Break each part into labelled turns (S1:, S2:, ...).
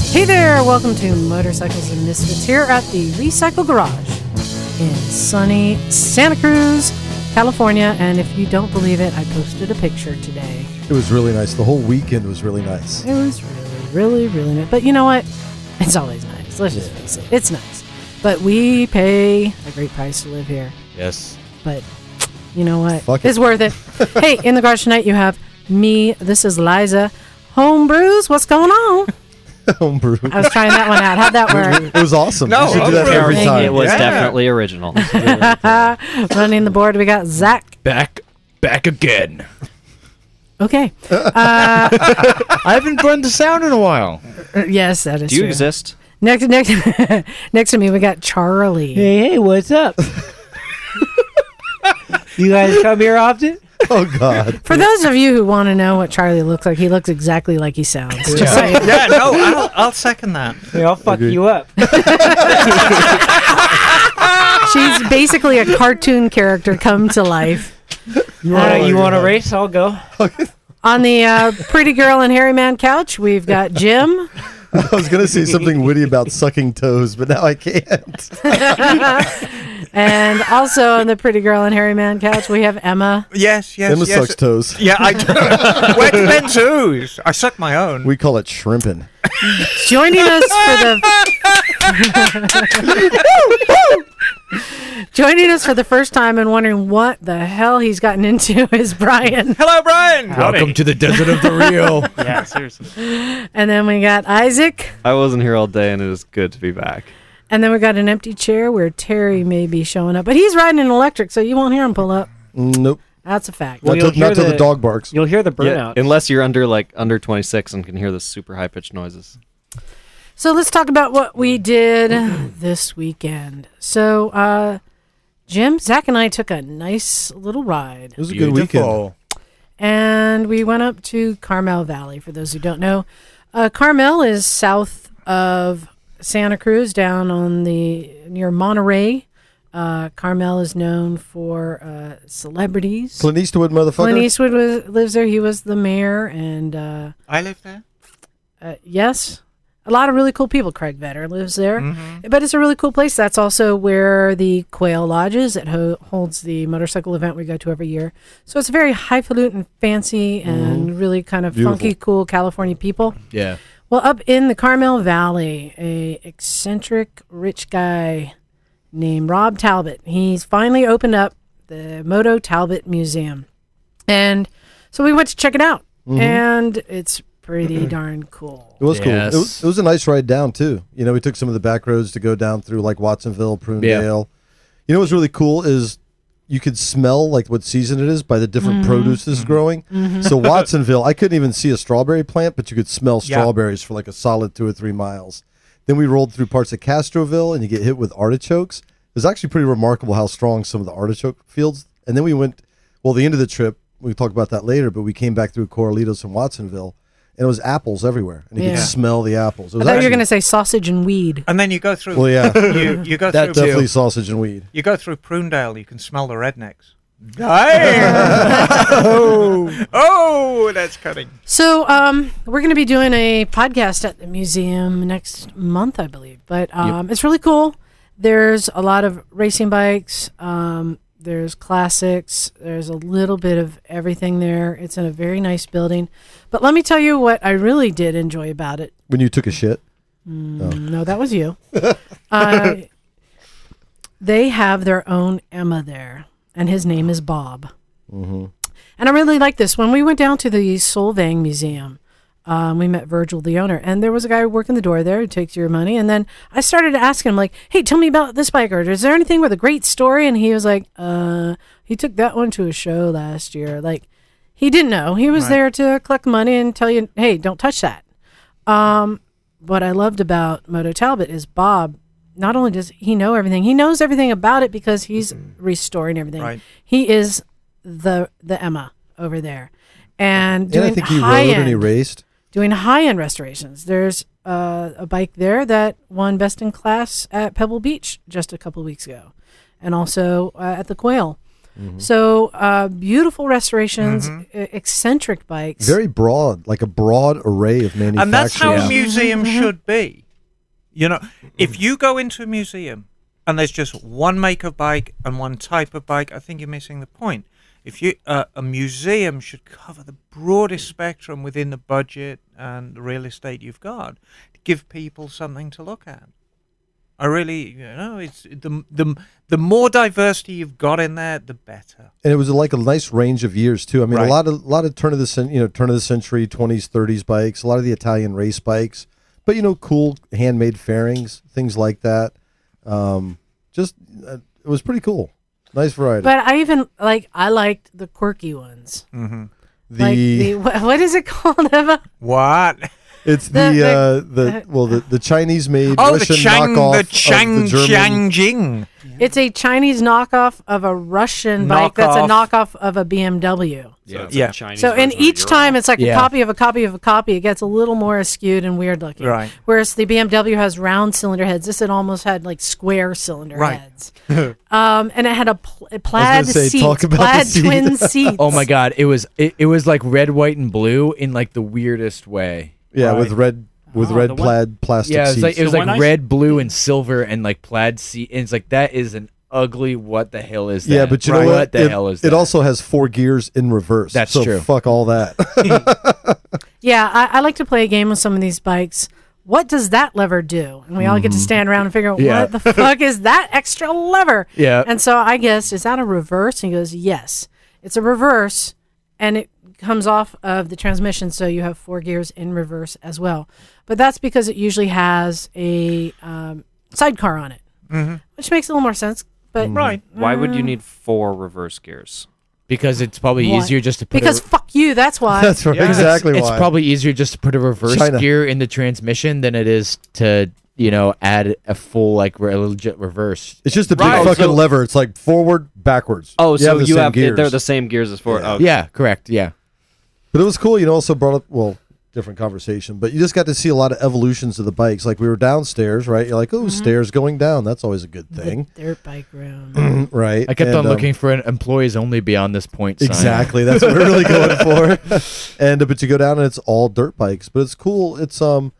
S1: Hey there, welcome to Motorcycles and Misfits here at the Recycle Garage in sunny Santa Cruz, California. And if you don't believe it, I posted a picture today.
S2: It was really nice. The whole weekend was really nice.
S1: It was really, really, really nice. But you know what? It's always nice. Let's just face it. It's nice. But we pay a great price to live here.
S3: Yes.
S1: But you know what?
S2: Fuck it.
S1: it's worth it. hey, in the garage tonight, you have me. This is Liza. Homebrews, what's going on?
S2: Homebrew.
S1: I was trying that one out. How'd that work?
S2: It was awesome.
S3: No,
S2: you should do that
S3: homebrew.
S2: every
S1: Thank
S2: time.
S1: you.
S3: It was
S1: Yeah.
S3: definitely original.
S1: Running the board, we got Zach
S4: back back again.
S1: Okay.
S4: I haven't blended the sound in a while.
S1: Uh, Yes, that is
S3: Do you
S1: true.
S3: exist?
S1: Next, next, next to me, we got Charlie.
S5: Hey, hey, what's up? you guys come here often?
S2: Oh God.
S1: For those of you who want to know what Charlie looks like, he looks exactly like he sounds. Just saying.
S3: Yeah, no, I'll, I'll second that.
S5: Hey, I'll fuck
S2: Okay.
S5: you up.
S1: She's basically a cartoon character come to life.
S5: You want
S1: Oh,
S5: to you
S2: yeah.
S5: want to race? I'll go.
S1: On the uh, pretty girl and hairy man couch, we've got Jim.
S2: I was gonna say something witty about sucking toes, but now I can't.
S1: And also on the pretty girl and hairy man couch, we have Emma.
S6: Yes, yes,
S2: Emma
S6: yes.
S2: sucks toes.
S6: Yeah, I do. Wet Ben too. I suck my own.
S2: We call it shrimping.
S1: Joining us for the. Joining us for the first time and wondering what the hell he's gotten into is Brian.
S6: Hello, Brian.
S4: Welcome to the desert of the real.
S7: Yeah, seriously.
S1: And then we got Isaac.
S3: I wasn't here all day, and it is good to be back.
S1: And then we got an empty chair where Terry may be showing up. But he's riding an electric, so you won't hear him pull up.
S2: Nope.
S1: That's a fact.
S5: Well,
S2: not
S5: you'll
S2: till, not
S5: hear
S2: till the,
S5: the-
S2: dog barks.
S5: You'll hear the
S3: Yeah,
S5: burnout.
S3: unless you're under like under 26 and can hear the super high pitched noises.
S1: So let's talk about what we did this weekend. So, uh, Jim, Zach, and I took a nice little ride.
S2: It was a good weekend.
S1: and we went up to Carmel Valley. For those who don't know, uh, Carmel is south of Santa Cruz, down on the near Monterey. Uh, Carmel is known for uh, celebrities.
S2: Clint Eastwood, motherfucker.
S1: Clint Eastwood was, lives there. He was the mayor, and uh,
S6: I live there.
S1: uh, yes, a lot of really cool people. Craig Vetter lives there,
S6: Mm-hmm.
S1: but it's a really cool place. That's also where the Quail Lodge is. It ho- holds the motorcycle event we go to every year. So it's very highfalutin, fancy, and
S6: Mm-hmm.
S1: really kind of funky, cool California people.
S4: Yeah.
S1: Well, up in the Carmel Valley, a eccentric rich guy named Rob Talbot. He's finally opened up the Moto Talbot Museum, and so we went to check it out, and it's pretty darn cool.
S2: It was cool. It
S4: Yes.
S2: was, it was a nice ride down too. You know, we took some of the back roads to go down through like Watsonville, Prunedale. You know what's really cool is you could smell like what season it is by the different
S1: Mm-hmm.
S2: produce that's growing. So Watsonville, I couldn't even see a strawberry plant, but you could smell
S6: Yeah.
S2: strawberries for like a solid two or three miles. Then we rolled through parts of Castroville, and you get hit with artichokes. It was actually pretty remarkable how strong some of the artichoke fields. And then we went. Well, the end of the trip, we talk about that later. But we came back through Coralitos and Watsonville, and it was apples everywhere, and you
S1: Yeah.
S2: could smell the apples. It
S1: I thought
S2: was
S1: you were
S2: actually-
S1: going to say sausage and weed.
S6: And then you go through.
S2: Well, yeah,
S6: You you go
S2: that
S6: through.
S2: definitely sausage and weed.
S6: You go through Prunedale. You can smell the rednecks. oh, oh, that's cutting.
S1: So, um, we're going to be doing a podcast at the museum next month, I believe. But um, it's really cool. There's a lot of racing bikes. Um, there's classics. There's a little bit of everything there. It's in a very nice building. But let me tell you what I really did enjoy about it. Mm,
S2: When you took a shit,
S1: No, that was you. uh, they have their own Emma there, and his name is Bob. And I really like this. When we went down to the Solvang Museum, um, we met Virgil, the owner, and there was a guy working the door there who takes your money. And then I started asking him, like, hey, tell me about this bike, or is there anything with a great story? And he was like, uh, he took that one to a show last year. Like, he didn't know. He was there to collect money and tell you, hey, don't touch that Um, what I loved about Moto Talbot is Bob. Not only does he know everything, he knows everything about it because he's restoring everything.
S6: Right.
S1: He is the the Emma over there, and
S2: and
S1: doing
S2: I think he
S1: high
S2: rode
S1: end.
S2: and he raced.
S1: doing high end restorations. There's uh, a bike there that won best in class at Pebble Beach just a couple weeks ago, and also uh, at the Quail.
S2: Mm-hmm.
S1: So uh, beautiful restorations, e- eccentric bikes.
S2: Very broad, like a broad array of manufacturers.
S6: And that's how a
S3: Yeah.
S6: museum
S1: Mm-hmm.
S6: should be. You know, if you go into a museum and there's just one make of bike and one type of bike, I think you're missing the point. If you uh, a museum should cover the broadest spectrum within the budget and the real estate you've got, to give people something to look at. I really, you know, it's the the the more diversity you've got in there, the better.
S2: and it was like a nice range of years too. I mean,
S6: Right.
S2: a lot of lot of turn of the cen- you know turn of the century, twenties, thirties bikes, a lot of the Italian race bikes, but you know, cool handmade fairings, things like that. Um, just uh, it was pretty cool. Nice variety.
S1: but I even like I liked the quirky ones.
S2: the,
S1: like the wha- what is it called, Emma?
S6: What?
S2: it's
S1: the-
S2: the
S1: the-
S2: uh, the well the, the Chinese made
S6: Oh, the
S2: Russian
S6: Chang,
S2: knockoff
S6: the Chang,
S2: of the German.
S6: Chang Jing.
S1: It's a Chinese knockoff of a Russian bike. That's a
S6: Knockoff.
S1: knockoff of a BMW.
S3: Yeah. it's
S6: Yeah.
S3: a Chinese
S1: So, and
S3: version of
S1: each
S3: Euro.
S1: time it's like
S4: Yeah.
S1: a copy of a copy of a copy. It gets a little more askew and weird looking.
S6: Right.
S1: Whereas the BMW has round cylinder heads. This had almost had like square cylinder
S6: Right.
S1: heads. um, and it had a pl- plaid
S2: say,
S1: seat,
S2: talk about the
S1: plaid
S2: seat.
S1: twin seats.
S4: Oh my god, it was it, it was like red, white, and blue in like the weirdest way.
S2: Yeah, with
S5: Right.
S2: red with
S7: Oh,
S2: red
S7: the one-
S2: plaid plastic
S4: Yeah, it was
S2: seats.
S4: like it was
S7: So
S4: like
S7: when I-
S4: red, blue, and silver, and like plaid seat. And it's like that is an ugly. What the hell is that?
S2: yeah, but you know
S4: Right.
S2: what?
S4: What the
S2: it,
S4: hell is
S2: it
S4: that?
S2: also has four gears in reverse.
S4: That's
S2: so
S4: true.
S2: Fuck all that.
S1: Yeah, I, I like to play a game with some of these bikes. What does that lever do? And we all get to stand around and figure out
S4: Yeah.
S1: what the fuck is that extra lever?
S4: Yeah.
S1: And so I guess is that a reverse? And he goes, yes, it's a reverse, and it comes off of the transmission, so you have four gears in reverse as well. But that's because it usually has a um, sidecar on it, which makes a little more sense. But
S6: Right.
S3: Why would you need four reverse gears?
S4: because it's probably
S1: Why?
S4: easier just to put
S1: because
S4: a,
S1: fuck you, that's why.
S2: That's right.
S6: Yeah.
S2: Exactly
S4: it's,
S2: why.
S4: it's probably easier just to put a reverse
S2: China.
S4: gear in the transmission than it is to you know add a full like re- legit reverse.
S2: It's just a big
S3: Right,
S2: fucking
S3: so-
S2: lever. It's like forward, backwards.
S3: Oh, so
S2: the
S3: you
S2: same
S3: have
S2: gears.
S3: they're the same gears as four.
S2: Yeah.
S3: Okay.
S4: Yeah, correct. Yeah,
S2: but it was cool. You know, also brought up well, different conversation, but you just got to see a lot of evolutions of the bikes. Like we were downstairs, right? You're like, oh, stairs going down. That's always a good
S1: the
S2: thing,
S1: dirt bike room.
S2: right?
S4: Mm-hmm. I kept
S2: And,
S4: on
S2: um,
S4: looking for an employees only beyond this point. Sign.
S2: Exactly. That's what we're really going for. And uh, but you go down and it's all dirt bikes, but it's cool. It's um,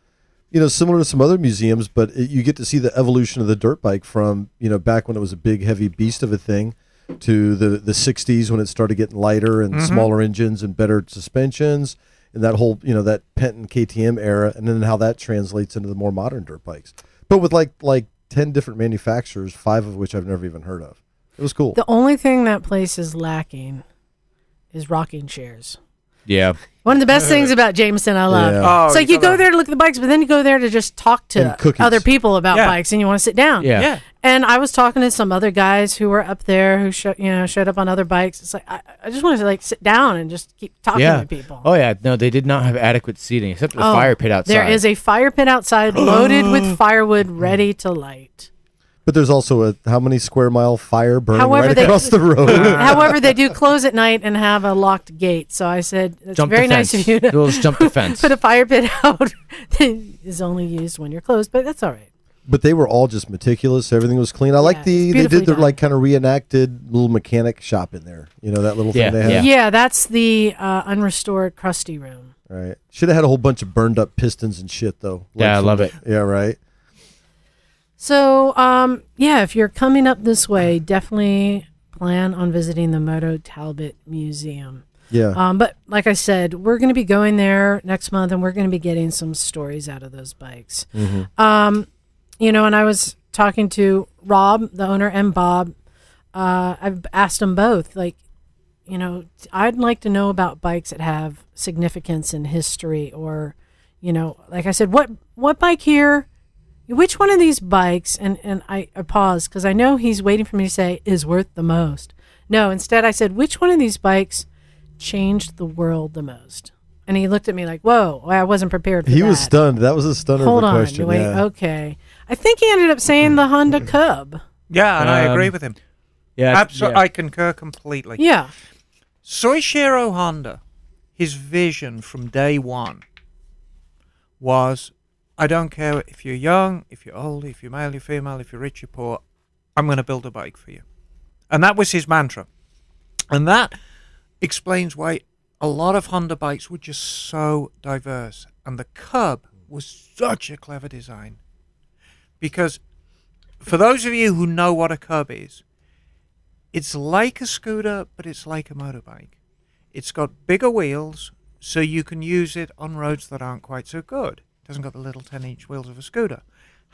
S2: you know, similar to some other museums, but it, you get to see the evolution of the dirt bike from you know back when it was a big heavy beast of a thing to the the 60s when it started getting lighter and smaller engines and better suspensions and that whole you know that Penton KTM era and then how that translates into the more modern dirt bikes. But with like like 10 different manufacturers, five of which I've never even heard of. It was cool.
S1: the only thing that place is lacking is rocking chairs.
S4: Yeah.
S1: One of the best things about Jameson I love.
S2: Yeah.
S6: Oh,
S1: It's like you go there to look at the bikes, but then you go there to just talk
S2: And
S1: to
S2: cookies.
S1: other people about
S6: Yeah.
S1: bikes, and you want to sit down.
S4: Yeah.
S6: Yeah.
S1: And I was talking to some other guys who were up there who sho- you know showed up on other bikes. It's like I, I just wanted to like sit down and just keep talking
S4: Yeah.
S1: to people.
S4: Oh yeah. No, they did not have adequate seating except for the
S1: Oh,
S4: fire pit outside.
S1: There is a fire pit outside loaded with firewood ready to light.
S2: But there's also a how many square mile fire burning
S1: However,
S2: right
S1: they-
S2: across the road.
S1: However, they do close at night and have a locked gate. So I said, "It's
S4: jump
S1: very
S4: the
S1: nice
S4: fence.
S1: of you to
S4: They'll just jump the fence.
S1: put a fire pit out that is only used when you're closed, but that's all right."
S2: but they were all just menticulous. Everything was clean. I like
S1: it's
S2: the they
S1: beautifully
S2: did their
S1: done.
S2: like kind of reenacted little mechanic shop in there. You know that little
S4: Yeah,
S2: thing they
S1: Yeah,
S2: had.
S1: that's the uh, unrestored crusty room.
S2: Right. Should have had a whole bunch of burned up pistons and shit though. Like
S4: yeah, I
S2: from-
S4: love it.
S2: Yeah, right.
S1: So, um, yeah, if you're coming up this way, definitely plan on visiting the Moto Talbot Museum.
S2: Yeah.
S1: Um, but like I said, we're going to be going there next month, and we're going to be getting some stories out of those bikes. Um, you know, and I was talking to Rob, the owner, and Bob. Uh, I've asked them both, like, you know, I'd like to know about bikes that have significance in history, or, you know, like I said, what what bike here? Which one of these bikes? And and I, I paused because I know he's waiting for me to say is worth the most. No, instead I said, which one of these bikes changed the world the most? And he looked at me like, whoa, I wasn't prepared for
S2: he
S1: that.
S2: was stunned. That was a stunner
S1: Hold
S2: of a
S1: on,
S2: question.
S1: wait,
S2: yeah.
S1: okay. I think he ended up saying the Honda Cub.
S6: Yeah, and I agree
S4: Um,
S6: with him.
S4: Yeah.
S6: Absolutely, I concur completely.
S1: Yeah,
S6: Soichiro Honda, his vision from day one was I don't care if you're young, if you're old, if you're male, you're female, if you're rich, you're poor, I'm going to build a bike for you. And that was his mantra. And that explains why a lot of Honda bikes were just so diverse. And the Cub was such a clever design. Because for those of you who know what a Cub is, it's like a scooter, but it's like a motorbike. It's got bigger wheels, so you can use it on roads that aren't quite so good. It hasn't got the little 10 inch wheels of a scooter.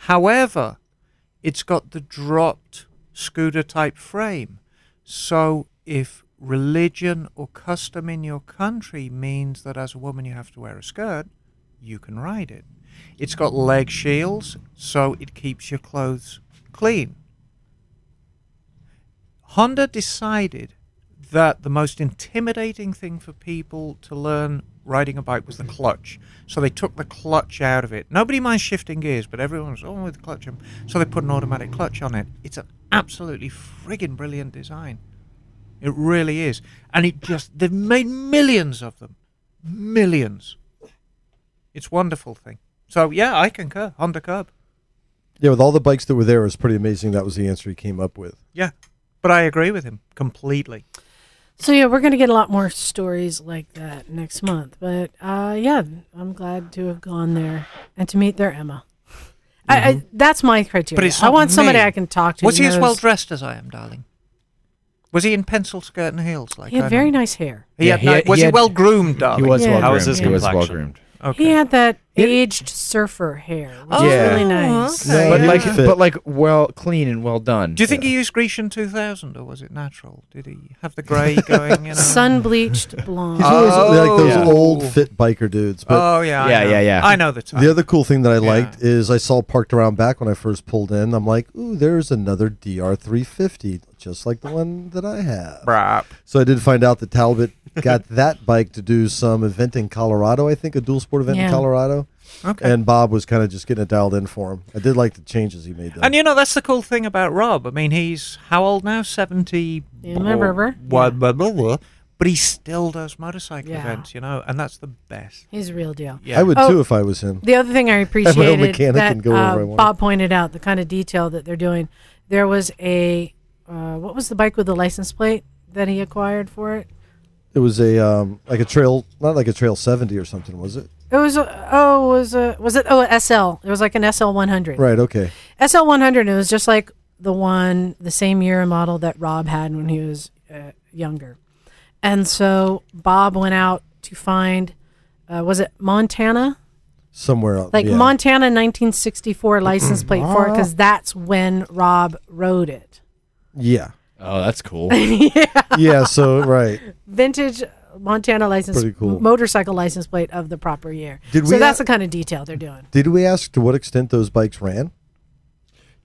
S6: However, it's got the dropped scooter type frame. So if religion or custom in your country means that as a woman you have to wear a skirt, you can ride it. It's got leg shields, so it keeps your clothes clean. Honda decided that the most intimidating thing for people to learn riding a bike was the clutch. So they took the clutch out of it. Nobody minds shifting gears, but everyone's oh with the clutch. on." So they put an automatic clutch on it. It's an absolutely friggin' brilliant design. It really is, and it just they've made millions of them, millions. It's a wonderful thing. So yeah, I concur. Honda Cub.
S2: Yeah, with all the bikes that were there, it was pretty amazing. That was the answer he came up with.
S6: Yeah, but I agree with him completely.
S1: So yeah, we're gonna get a lot more stories like that next month. But uh, yeah, I'm glad to have gone there and to meet their Emma. I, I, that's my criteria.
S6: Mm-hmm. But it's
S1: I
S6: not
S1: want somebody
S6: me.
S1: I can talk to.
S6: Was
S1: who
S6: he as
S1: knows-
S6: well dressed as I am, darling? Was he in pencil skirt and heels like
S1: He had
S6: I'm
S1: very
S6: in?
S1: nice hair.
S6: He
S4: Yeah,
S6: had
S4: he
S6: ni-
S4: had-
S6: was
S4: he
S6: he,
S4: had-
S6: well groomed,
S4: He
S6: darling?
S4: was
S1: Yeah.
S4: well groomed.
S1: How
S3: was his
S4: he was well
S3: complexion?
S4: groomed.
S6: Okay. Oh,
S1: He had that aged surfer hair, which is
S4: Yeah.
S1: really nice.
S6: okay.
S4: But
S2: Yeah.
S4: like,
S2: Fit.
S4: but like, well, clean and well done.
S6: Do you think
S4: Yeah.
S6: he used Grecian 2000 or was it natural? Did he have the grey going? You know?
S1: Sun bleached blonde.
S2: He's always like those
S4: Oh, Yeah.
S2: old fit biker dudes. But
S6: oh yeah, I
S4: Yeah,
S6: know.
S4: yeah, yeah.
S6: I know the type.
S2: the other cool thing that I
S6: Yeah.
S2: liked is I saw parked around back when I first pulled in. I'm like, ooh, there's another DR350, just like the one that I have.
S6: Brap.
S2: So I did find out that Talbot got that bike to do some event in Colorado, I think, a dual sport event
S1: Yeah.
S2: in Colorado.
S6: Okay.
S2: And Bob was kind of just getting it dialed in for him. I did like the changes he made. Though.
S6: And you know that's the cool thing about Rob. I mean, he's how old now? Seventy.
S1: Yeah, my brother.
S6: Blah, blah, blah, blah. But he still does motorcycle
S1: Yeah.
S6: events, you know, and that's the best.
S1: He's real deal.
S6: Yeah.
S2: I would
S1: Oh.
S2: too if I was him.
S1: The other thing I appreciated
S2: mechanic
S1: that
S2: and go wherever I
S1: uh,
S2: want.
S1: Bob pointed out the kind of detail that they're doing. There was a uh, what was the bike with the license plate that he acquired for it?
S2: It was a um, like a trail, not like a trail seventy or something, was it?
S1: It was a, oh it was a was it oh a SL? It was like an SL one hundred.
S2: Right. Okay.
S1: SL one hundred. It was just like the one the same year and model that Rob had when he was uh, younger, and so Bob went out to find uh, was it Montana?
S2: Somewhere out.
S1: like
S2: yeah.
S1: Montana 1964 license plate for it because that's when Rob rode it.
S2: Yeah.
S4: Oh, that's cool.
S2: Yeah. So right.
S1: Vintage Montana license
S2: Pretty cool.
S1: motorcycle license plate of the proper year.
S2: Did
S1: so
S2: we
S1: that's
S2: a-
S1: the kind of detail they're doing.
S2: Did we ask to what extent those bikes ran?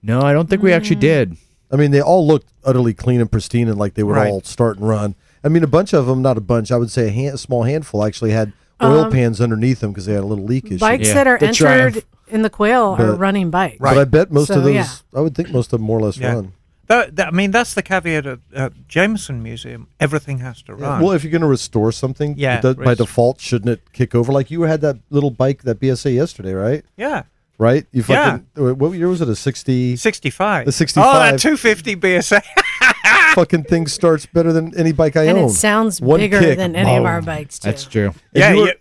S4: No, I don't think we actually
S1: Mm.
S4: did.
S2: I mean, they all looked utterly clean and pristine, and like they would
S6: Right.
S2: all start and run. I mean, a bunch of them, not a bunch. I would say a, hand, a small handful actually had
S1: Uh-huh.
S2: oil pans underneath them because they had a little leak issue.
S1: Bikes
S4: Yeah.
S1: that are
S4: The
S1: entered
S4: Triumph.
S1: in the quail are
S2: But-
S1: running bikes.
S2: But I bet most
S1: So,
S2: of those,
S1: yeah.
S2: I would think most of them more or less
S6: Yeah.
S2: run.
S6: That, that- I mean, that's the caveat at, at Jameson Museum. Everything has to run.
S2: Well, if you're going to restore something,
S6: Yeah,
S2: it does- by
S6: res-
S2: default, shouldn't it kick over? Like you had that little bike, that BSA yesterday, right?
S6: yeah.
S2: Right? You
S6: Yeah.
S2: fucking, what year was it? A 60
S6: 65.
S2: The 65.
S6: Oh, that 250 BSA.
S2: fucking thing starts better than any bike I
S1: And
S2: own.
S1: it sounds
S2: One
S1: bigger
S2: kick,
S1: than any of
S2: boom.
S1: our bikes too.
S4: That's true.
S2: If
S6: yeah,
S2: you were-
S6: yeah.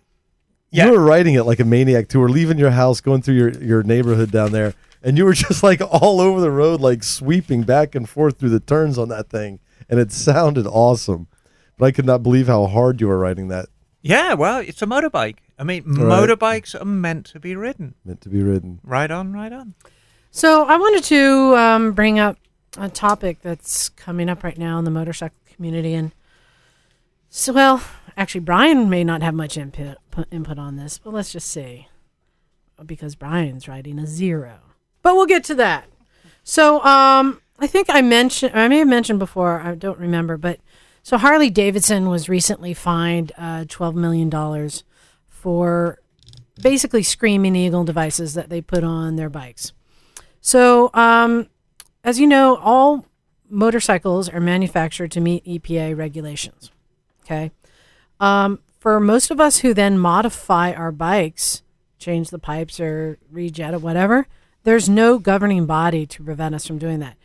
S6: yeah.
S2: You were riding it like a maniac too. We're leaving your house, going through your, your neighborhood down there, and you were just like all over the road, like sweeping back and forth through the turns on that thing. And it sounded awesome. But I could not believe how hard you were riding that.
S6: Yeah, well, it's a motorbike. I mean, motorbikes are meant to be ridden.
S2: Meant to be ridden.
S6: Right on, right on.
S1: So I wanted to um, bring up a topic that's coming up right now in the motorcycle community, and so well, actually, Brian may not have much input pu- input on this, but let's just see, because Brian's writing a zero. But we'll get to that. So um, I think I mentioned, I may have mentioned before, I don't remember, but so Harley Davidson was recently fined uh, twelve million dollars for basically screaming eagle devices that they put on their bikes. So, um, as you know, all motorcycles are manufactured to meet EPA regulations. Okay. Um, for most of us who then modify our bikes change the pipes or rejet it, whatever. There's no governing body to prevent us from doing that.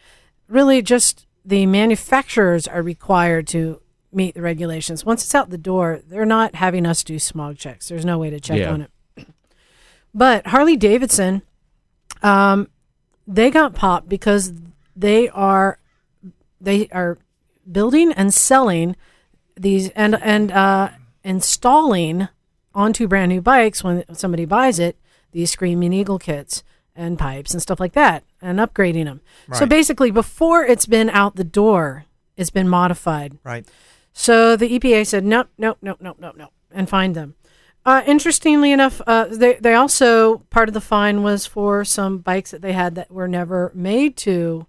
S1: Really, just the manufacturers are required to meet the regulations. Once it's out the door, they're not having us do smog checks. There's no way to check
S4: Yeah.
S1: on it. But Harley Davidson, um, they got popped because they are they are building and selling these and and uh, installing onto brand new bikes when somebody buys it these screaming eagle kits and pipes and stuff like that and upgrading them so
S6: Right.
S1: basically before it's been out the door it's been modified
S6: Right.
S1: so the EPA said, nope, nope, nope, nope, nope, nope, and fined them. Uh, interestingly enough, uh, they, they also, part of the fine was for some bikes that they had that were never made to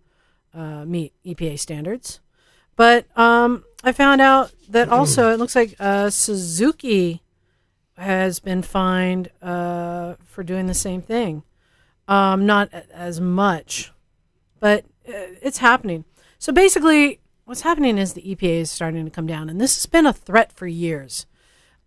S1: uh, meet EPA standards. But um, I found out that also it looks like uh, Suzuki has been fined uh, for doing the same thing. Um, not a- as much, but uh, it's happening. So basically, what's happening is the EPA is starting to come down, and this has been a threat for years.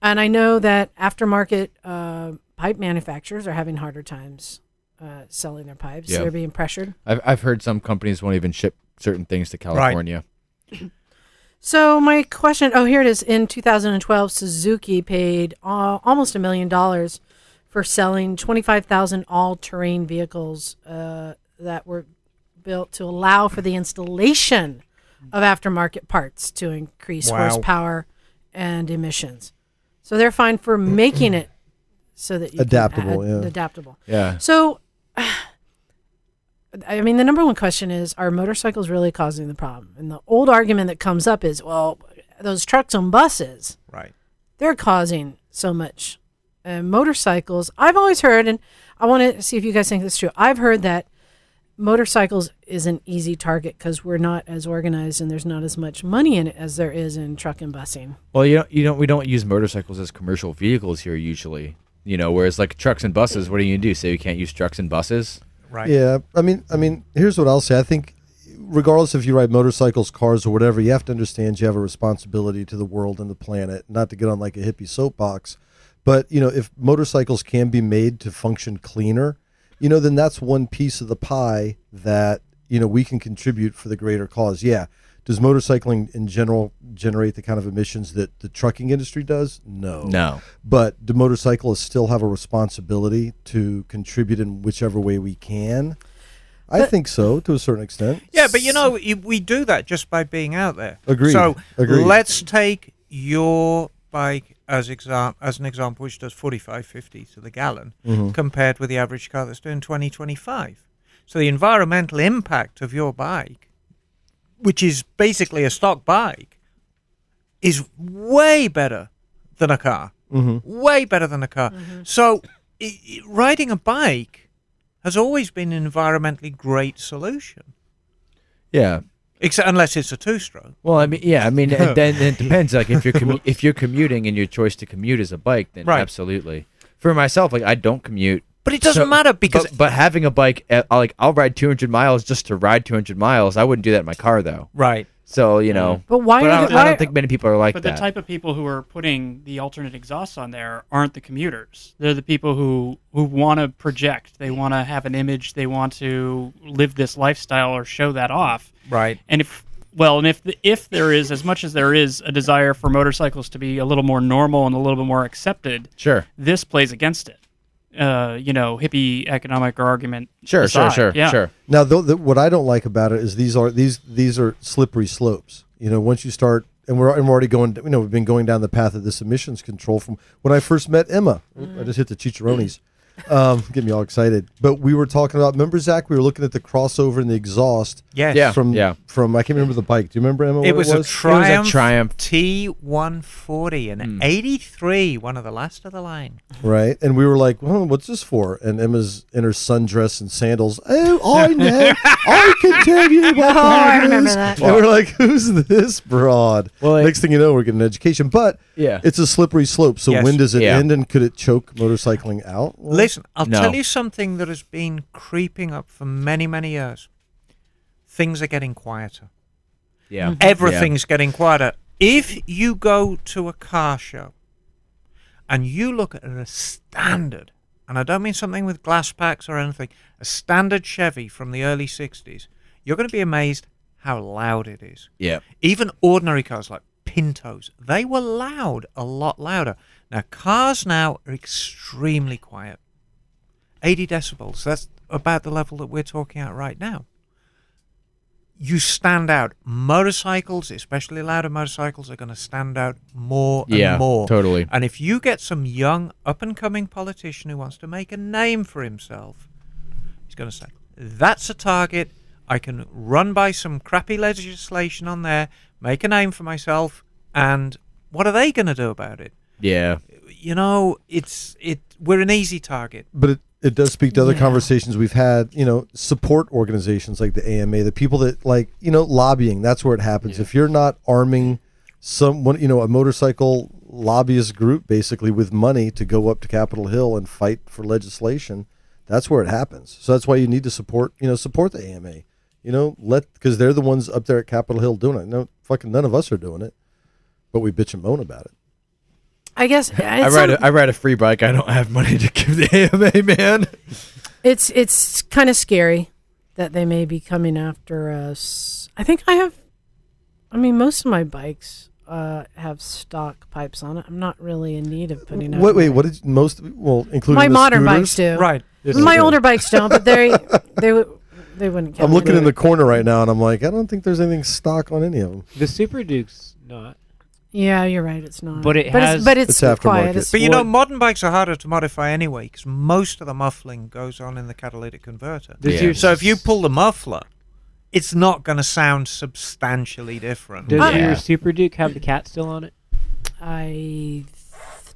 S1: And I know that aftermarket uh, pipe manufacturers are having harder times uh, selling their pipes.
S4: Yeah.
S1: They're being pressured.
S4: I've I've heard some companies won't even ship certain things to California.
S1: So my question, oh here it is. In 2012, Suzuki paid uh, almost a million dollars for selling 25,000 all-terrain vehicles uh, that were built to allow for the installation of aftermarket parts to increase
S6: Wow.
S1: horsepower and emissions. So they're fine for making it so that you can
S2: Adaptable,
S1: add-
S2: yeah.
S1: adaptable.
S4: Yeah.
S1: So, I mean, the number one question is: Are motorcycles really causing the problem? And the old argument that comes up is, well, those trucks and buses
S6: Right.
S1: they're causing so much. And motorcycles, I've always heard, and I want to see if you guys think this is true. I've heard that motorcycles is an easy target because we're not as organized and there's not as much money in it as there is in truck and busing.
S4: Well, you don't, you don't we don't use motorcycles as commercial vehicles here usually. You know, whereas like trucks and buses, what are you gonna do? Say you can't use trucks and buses?
S6: Right.
S2: Yeah, I mean, I mean, here's what I'll say. I think, regardless if you ride motorcycles, cars, or whatever, you have to understand you have a responsibility to the world and the planet. Not to get on like a hippie soapbox, but you know, if motorcycles can be made to function cleaner, you know, then that's one piece of the pie that you know we can contribute for the greater cause. Yeah. Does motorcycling in general generate the kind of emissions that the trucking industry does? No
S4: No.
S2: but the motorcyclists still have a responsibility to contribute in whichever way we can. I think so to a certain extent.
S6: Yeah, but you know, y- we do that just by being out there.
S2: Agreed.
S6: So
S2: Agreed.
S6: let's take your bike as exam as an example, which does forty five fifty to the gallon,
S2: Mm-hmm.
S6: compared with the average car that's doing twenty twenty five. So the environmental impact of your bike, which is basically a stock bike, is way better than a car.
S2: Mm-hmm.
S6: Way better than a car. So i- i- riding a bike has always been an environmentally great solution.
S4: Yeah.
S6: Except unless it's a two-stroke.
S4: Well, I mean, yeah, I mean, and then it depends. Like, if you're commu- if you're commuting and your choice to commute is a bike, then
S6: Right.
S4: absolutely. For myself, like, I don't commute,
S6: But it doesn't
S4: So-
S6: matter because
S4: but, but having a bike, uh, I- like, I'll ride 200 miles just to ride 200 miles. I wouldn't do that in my car though.
S6: right.
S4: So you know,
S1: But why?
S4: but I
S1: are
S4: don't,
S1: the,
S4: I
S1: why
S4: don't think many people are like
S7: But
S4: that.
S7: the type of people who are putting the alternate exhausts on there aren't the commuters. They're the people who who want to project. They want to have an image. They want to live this lifestyle or show that off.
S6: Right.
S7: And if well, and if if there is as much as there is a desire for motorcycles to be a little more normal and a little bit more accepted,
S4: sure.
S7: this plays against it. Uh, you know, hippie economic argument.
S4: Sure,
S7: aside.
S4: sure, sure,
S7: yeah.
S4: sure.
S2: Now, though, the, what I don't like about it is these are these these are slippery slopes. You know, once you start, and we're, and we're already going. You know, we've been going down the path of this emissions control from when I first met Emma. Oop, I just hit the chicharrones. Um, get me all excited. But we were talking about. Remember, Zach? We were looking at the crossover and the exhaust.
S6: Yes.
S4: Yeah.
S2: From
S4: yeah.
S2: From I can't remember the bike. Do you remember Emma?
S6: It
S2: what
S6: was,
S2: it
S6: a
S2: was?
S6: Triumph,
S4: Triumph. Hmm.
S6: T140 and 83, one of the last of the line.
S2: right? And we were like, well, what's this for? And Emma's in her sundress and sandals. Oh, I know. I can tell you what
S1: Oh, I
S2: that
S1: remember
S2: is."
S1: that.
S2: And we're like, who's this broad?
S4: Well, it-
S2: Next thing you know, we're getting an education. But
S4: Yeah.
S2: it's a slippery slope. So
S6: Yes.
S2: when does it
S4: Yeah.
S2: end and could it choke motorcycling out? Well,
S6: Listen, I'll
S4: No.
S6: tell you something that has been creeping up for many, many years. Things are getting quieter.
S4: Yeah.
S6: Everything's getting quieter. If you go to a car show and you look at a standard and I don't mean something with glass packs or anything, a standard Chevy from the early 60s, you're going to be amazed how loud it is.
S4: Yeah.
S6: Even ordinary cars like Pintos, they were loud, a lot louder. Now, cars now are extremely quiet 80 decibels. That's about the level that we're talking at right now. You stand out. Motorcycles, especially louder motorcycles, are going to stand out more and
S4: Yeah,
S6: more.
S4: totally.
S6: And if you get some young, up and coming politician who wants to make a name for himself, he's going to say, That's a target. I can run by some crappy legislation on there, make a name for myself, and what are they going to do about it?
S4: Yeah.
S6: You know, it's it. We're an easy target.
S2: but it, it does speak to other
S1: Yeah.
S2: conversations we've had you know support organizations like the ama the people that like you know lobbying that's where it happens if you're not arming someone you know a motorcycle lobbyist group basically with money to go up to capitol hill and fight for legislation that's where it happens so that's why you need to support you know support the ama you know let because they're the ones up there at capitol hill doing it no fucking none of us are doing it but we bitch and moan about it
S1: I guess it's,
S4: I ride,
S1: some-
S4: a, I ride a free bike. I don't have money to give the AMA, man.
S1: it's it's kind of scary that they may be coming after us. I think I have. I mean, most of my bikes uh, have stock pipes on it. I'm not really in need of putting. out
S2: wait wait
S1: my-
S2: what did most well including
S1: my
S2: the
S1: modern
S2: scooters?
S1: bikes do?
S6: Right.
S1: My older bikes don't, but they they would they wouldn't. Count
S2: I'm looking in
S1: anyway.
S2: the corner right now, and I'm like, I don't think there's anything stock on any of them.
S5: The Super Duke's not.
S1: Yeah, you're right. It's not.
S5: But it
S1: but
S5: has-
S1: It's, but it's,
S2: It's
S1: quiet.
S2: aftermarket.
S1: It's,
S6: But you know,
S5: What-
S6: modern bikes are harder to modify anyway because most of the muffling goes on in the catalytic converter.
S5: Does
S4: Yeah.
S5: your
S6: So if you pull the muffler, it's not going to sound substantially different.
S5: does
S4: Yeah.
S5: your Super Duke have the cat still on it,
S1: I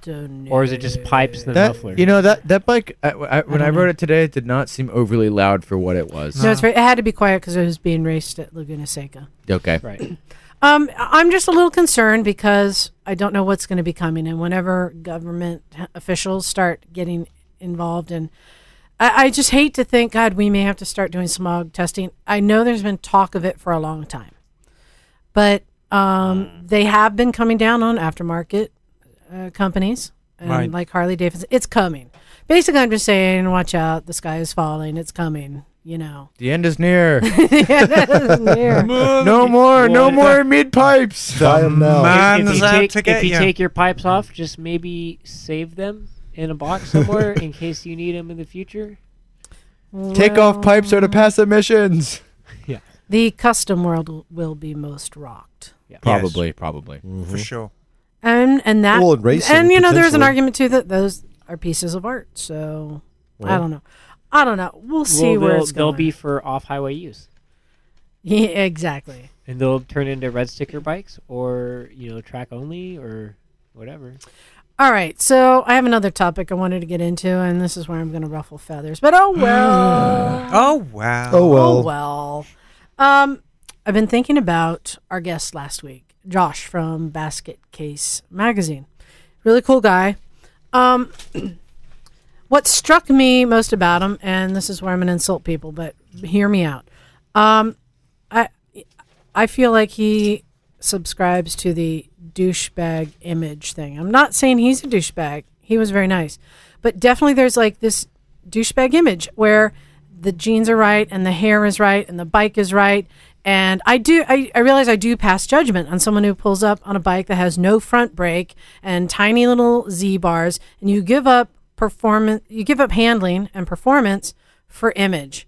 S1: don't know.
S5: or is it just pipes and a
S4: That,
S5: muffler?
S4: you know that that bike. I, I- when I,
S1: don't
S4: rode
S1: know.
S4: it today, it did not seem overly loud for what it was.
S1: No, it's very, it had to be quiet because it was being raced at Laguna Seca.
S4: Okay.
S5: right.
S1: Um, I- I'm just a little concerned because I don't know what's going to be coming, and whenever government h- officials start getting involved, and I, I just hate to think, God, we may have to start doing smog testing. I know there's been talk of it for a long time, but um, they have been coming down on aftermarket uh, companies and
S6: Right.
S1: like Harley Davidson. It's coming. Basically, I'm just saying, watch out. The sky is falling. It's coming. You know.
S4: The end is near.
S1: Yeah, that is near.
S4: no more. No more mid pipes.
S2: Buy 'em now.
S6: man-
S5: if,
S6: Man's
S5: you,
S6: out
S5: take,
S6: to
S5: if
S6: get
S5: you
S6: ya.
S5: take your pipes off, just maybe save them in a box somewhere in case you need them in the future.
S4: Take off pipes or to pass emissions.
S1: The custom world will- will be most rocked.
S4: Probably. Probably.
S2: Mm-hmm.
S6: for sure.
S1: And and that
S2: Well, and racing,
S1: and you know there's an
S2: potentially.
S1: argument too that those are pieces of art. So I
S2: Well.
S1: don't know. I don't know. We'll see
S5: Well,
S1: where
S5: they'll,
S1: it's
S5: they'll
S1: going.
S5: be for off-highway use,
S1: yeah, exactly.
S5: and they'll turn into red sticker bikes or you know track only or whatever.
S1: All right. So I have another topic I wanted to get into and this is where I'm going to ruffle feathers. But oh well.
S6: Oh wow.
S2: Oh well.
S1: Oh well. Um, I've been thinking about our guest last week, Josh from Basket Case Magazine. Really cool guy. Um, what struck me most about him, and this is where I'm going to insult people, but hear me out. Um, I I feel like he subscribes to the douchebag image thing. I'm not saying he's a douchebag. He was very nice, but definitely there's like this douchebag image where the jeans are right and the hair is right and the bike is right. And I do, I, I realize I do pass judgment on someone who pulls up on a bike that has no front brake and tiny little Z bars, and you give up performance, you give up handling and performance for image.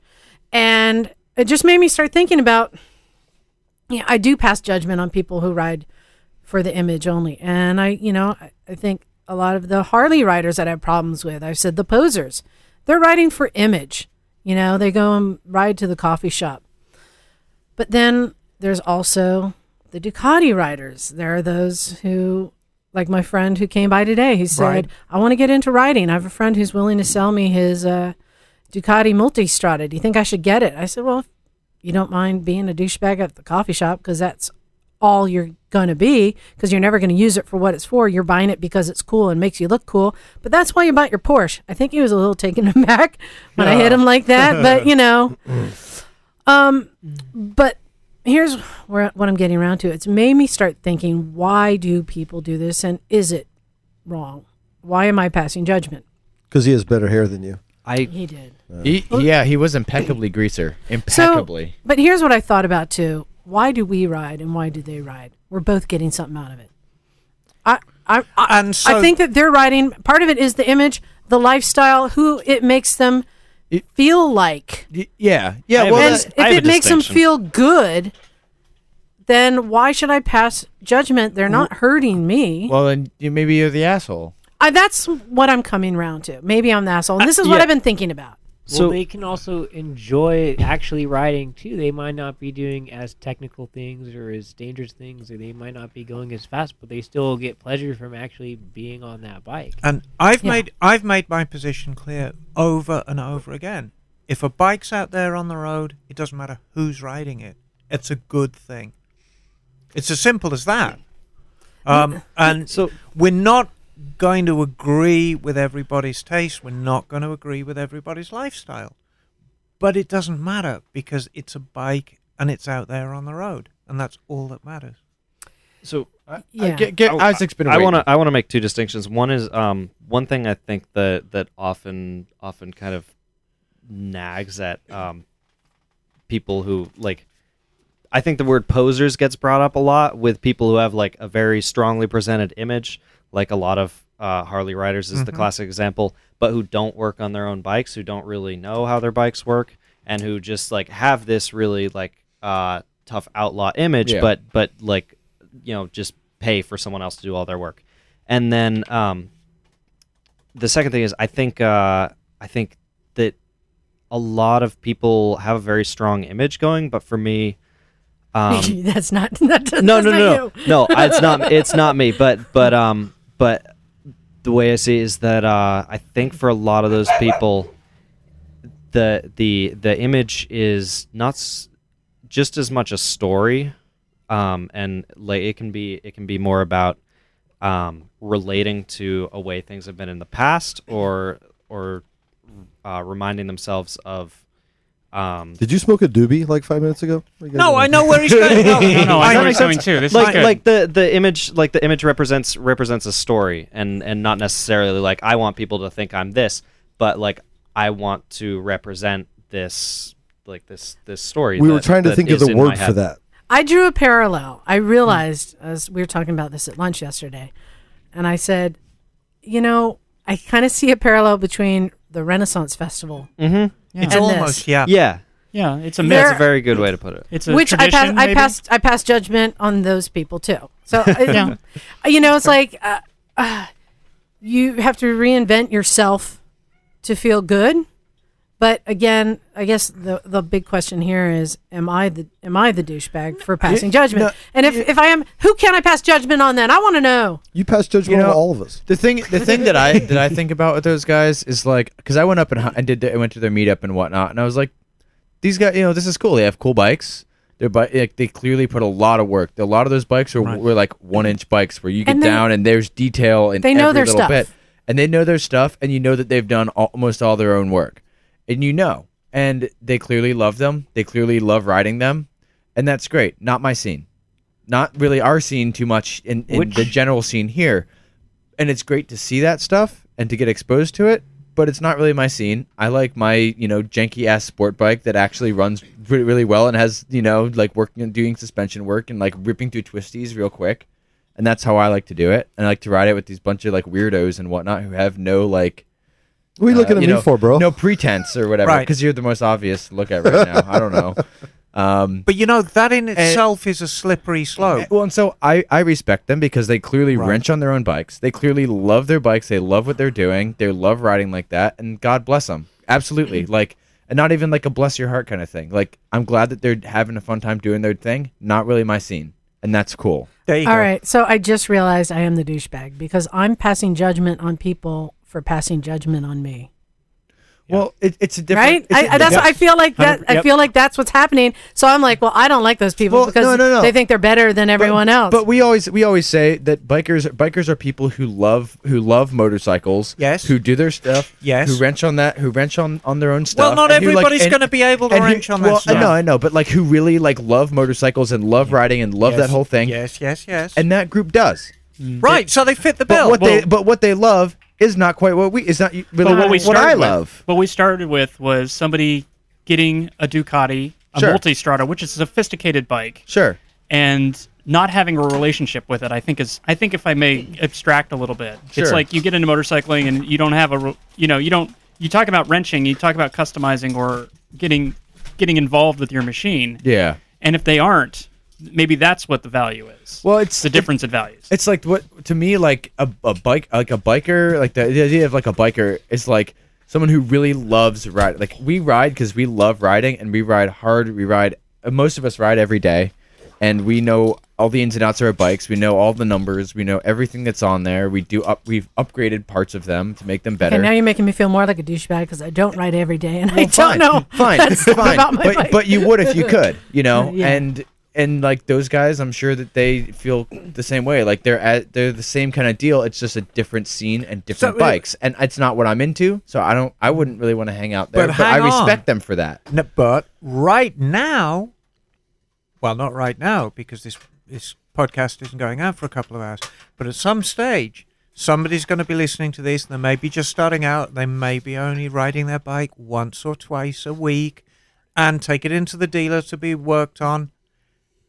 S1: And it just made me start thinking about yeah, I do pass judgment on people who ride for the image only. And I, you know, I, I think a lot of the Harley riders that I have problems with, I've said the posers, they're riding for image. You know, they go and ride to the coffee shop. But then there's also the Ducati riders. There are those who, like my friend who came by today, he said,
S6: Right.
S1: I want to get into riding. I have a friend who's willing to sell me his uh, Ducati Multistrada. Do you think I should get it? I said, Well, if you don't mind being a douchebag at the coffee shop because that's all you're going to be because you're never going to use it for what it's for. You're buying it because it's cool and makes you look cool. But that's why you bought your Porsche. I think he was a little taken aback when I hit him like that, but you know. Um, but here's where, what I'm getting around to. It's made me start thinking why do people do this and is it wrong? Why am I passing judgment?
S2: because he has better hair than you.
S3: I
S1: He did.
S4: He, yeah, he was impeccably greaser. Impeccably.
S1: So, but here's what I thought about too. Why do we ride and why do they ride? We're both getting something out of it. I, I, I,
S6: And so-
S1: I think that they're riding. Part of it is the image, the lifestyle, who it makes them feel like.
S4: Y- yeah, yeah.
S3: I have
S4: Well,
S3: a-
S1: and
S4: that-
S3: I have
S1: if
S3: a
S1: it makes them
S3: distinction.
S1: feel good, then why should I pass judgment? They're not hurting me.
S4: well, then you, maybe you're the asshole.
S1: I, that's what I'm coming round to. Maybe I'm the asshole.
S3: Uh,
S1: And this is what
S4: yeah.
S1: I've been thinking about.
S3: So-
S5: well, they can also enjoy actually riding too. They might not be doing as technical things or as dangerous things, or they might not be going as fast, but they still get pleasure from actually being on that bike.
S6: And I've
S1: Yeah.
S6: made I've made my position clear over and over again. If a bike's out there on the road, it doesn't matter who's riding it. It's a good thing. It's as simple as that. Um, and so we're not going to agree with everybody's taste. We're not going to agree with everybody's lifestyle. But it doesn't matter because it's a bike and it's out there on the road, and that's all that matters.
S3: so
S1: Yeah.
S4: Uh, Get, get
S3: Oh,
S4: Isaac's been.
S3: I
S4: waiting.
S3: want to I want to make two distinctions. One is um one thing I think that that often often kind of nags at um people who like I think the word posers gets brought up a lot with people who have like a very strongly presented image, like a lot of uh, Harley riders is the classic example, but who don't work on their own bikes, who don't really know how their bikes work, and who just like have this really like uh, tough outlaw image,
S4: Yeah.
S3: but but like you know just pay for someone else to do all their work, and then um, the second thing is I think uh, I think that a lot of people have a very strong image going, but for me, um,
S1: that's not. That, that's
S3: no, no,
S1: not
S3: no,
S1: you.
S3: no, no. It's not. It's not me. But but um but the way I see it is that uh, I think for a lot of those people, the the the image is not s- just as much a story, um, and like it can be it can be more about um, relating to a way things have been in the past, or or uh, reminding themselves of. Um,
S2: Did you smoke a doobie like five minutes ago? Like,
S6: No, I know where he's going. No,
S7: No, no,
S6: I-
S7: I know
S3: that
S7: what
S3: makes
S7: he's doing too. This is
S3: like
S7: good.
S3: like the the image like the image represents represents a story and and not necessarily like I want people to think I'm this, but like I want to represent this like this this story.
S2: We were
S3: that-
S2: trying to
S3: that
S2: think of
S3: is
S2: the
S3: in my
S2: word for
S3: head.
S2: that.
S1: I drew a parallel. I
S7: Hmm.
S1: realized as we were talking about this at lunch yesterday, and I said, you know, I kind of see a parallel between the Renaissance Festival,
S6: It's
S1: And this.
S6: almost yeah.
S3: Yeah,
S7: yeah, it's a
S1: There-
S7: myth.
S3: that's a very good way to put it.
S7: It's a
S1: which I
S7: tradition,
S1: pass, I
S7: maybe?
S1: passed, I passed judgment on those people too. So, I- you know, it's like uh, uh, you have to reinvent yourself to feel good. But again, I guess the the big question here is: Am I the am I the douchebag for passing judgment? and if, if I am, who can I pass judgment on? Then I want to know.
S2: You passed judgment
S4: You know-
S2: on all of us.
S4: The thing, the thing that I that I think about with those guys is like, because I went up and hu- and did, the, I went to their meetup and whatnot, and I was like, these guys, you know, this is cool. They have cool bikes. Their bike, like, they clearly put a lot of work. A lot of those bikes are were like one inch bikes where you get
S1: And they-
S4: down and there's detail and
S1: they know
S4: every
S1: their
S4: little
S1: stuff.
S4: bit, and they know their stuff, and you know that they've done al- almost all their own work, and you know, and they clearly love them. They clearly love riding them, and that's great. Not my scene. Not really our scene too much in, in the general scene here and it's great to see that stuff and to get exposed to it but it's not really my scene i like my you know janky ass sport bike that actually runs really, really well and has you know like working and doing suspension work and like ripping through twisties real quick and that's how i like to do it and i like to ride it with these bunch of like weirdos and whatnot who have no like
S2: What are you
S4: uh,
S2: looking at
S4: you
S2: me
S4: know,
S2: for, bro?
S4: no pretense or whatever
S6: Right.
S4: because you're the most obvious to look at right now i don't know um
S6: But you know that in itself is a slippery slope.
S4: Well, and so I, I respect them because they clearly wrench on their own bikes. They clearly love their bikes. They love what they're doing. They love riding like that. And God bless them.
S6: Mm-hmm.
S4: Absolutely. like, and not even like a bless your heart kind of thing. Like, I'm glad that they're having a fun time doing their thing. Not really my scene. And that's cool.
S6: There you
S1: All
S6: go.
S1: right, so I just realized I am the douchebag because I'm passing judgment on people for passing judgment on me.
S4: Well, it, it's a different.
S1: Right?
S4: it's
S1: I,
S4: a-
S1: I- that's
S4: yeah.
S1: I feel like that. I
S7: Yep.
S1: feel like that's what's happening. So I'm like, well, I don't like those people
S4: Well,
S1: because
S4: no, no, no.
S1: they think they're better than everyone
S4: but,
S1: else.
S4: But we always we always say that bikers bikers are people who love who love motorcycles.
S6: Yes.
S4: Who do their stuff.
S6: Yes.
S4: Who wrench on that. Who wrench on on their own
S6: Well,
S4: stuff.
S6: not
S4: and who, like,
S6: everybody's
S4: and-
S6: going to be able to
S4: and who-
S6: wrench on that
S4: well,
S6: stuff.
S4: I know, I know, but like who really like love motorcycles and love riding and love that
S6: Yes,
S4: whole thing.
S6: Yes, yes, yes.
S4: And that group does.
S6: right, so they fit the
S4: But
S6: bill.
S4: what they but what they love is not quite what we is not really
S7: But what we
S4: what I
S7: started with-
S4: love.
S7: What we started with was somebody getting a Ducati, a
S4: Sure.
S7: multistrada, which is a sophisticated bike,
S4: Sure.
S7: and not having a relationship with it. I think is I think if I may abstract a little bit,
S4: Sure.
S7: it's like you get into motorcycling and you don't have a re- you know you don't you talk about wrenching, you talk about customizing or getting getting involved with your machine,
S4: Yeah.
S7: and if they aren't, maybe that's what the value is.
S4: Well, it's
S7: the difference in values.
S4: It's like what to me like a, a bike like a biker like the, the idea of like a biker is like someone who really loves ride like we ride because we love riding and we ride hard we ride uh, most of us ride every day and we know all the ins and outs of our bikes we know all the numbers we know everything that's on there we do up we've upgraded parts of them to make them better
S1: And now you're making me feel more like a douchebag because I don't ride every day and I don't
S4: fine,
S1: know.
S4: Fine,
S1: that stuff
S4: fine.
S1: about my
S4: but
S1: bike.
S4: but you would if you could, you know.
S1: Yeah.
S4: And and like those guys, I'm sure that they feel the same way. Like they're at they're the same kind of deal. It's just a different scene and different
S6: So, wait-
S4: bikes, and it's not what I'm into. So I don't. I wouldn't really want to hang out there.
S6: But
S4: But, I
S6: hang on.
S4: respect them for that.
S6: No, but right now, well, not right now because this this podcast isn't going out for a couple of hours. But at some stage, somebody's going to be listening to this, and they may be just starting out. They may be only riding their bike once or twice a week, and take it into the dealer to be worked on.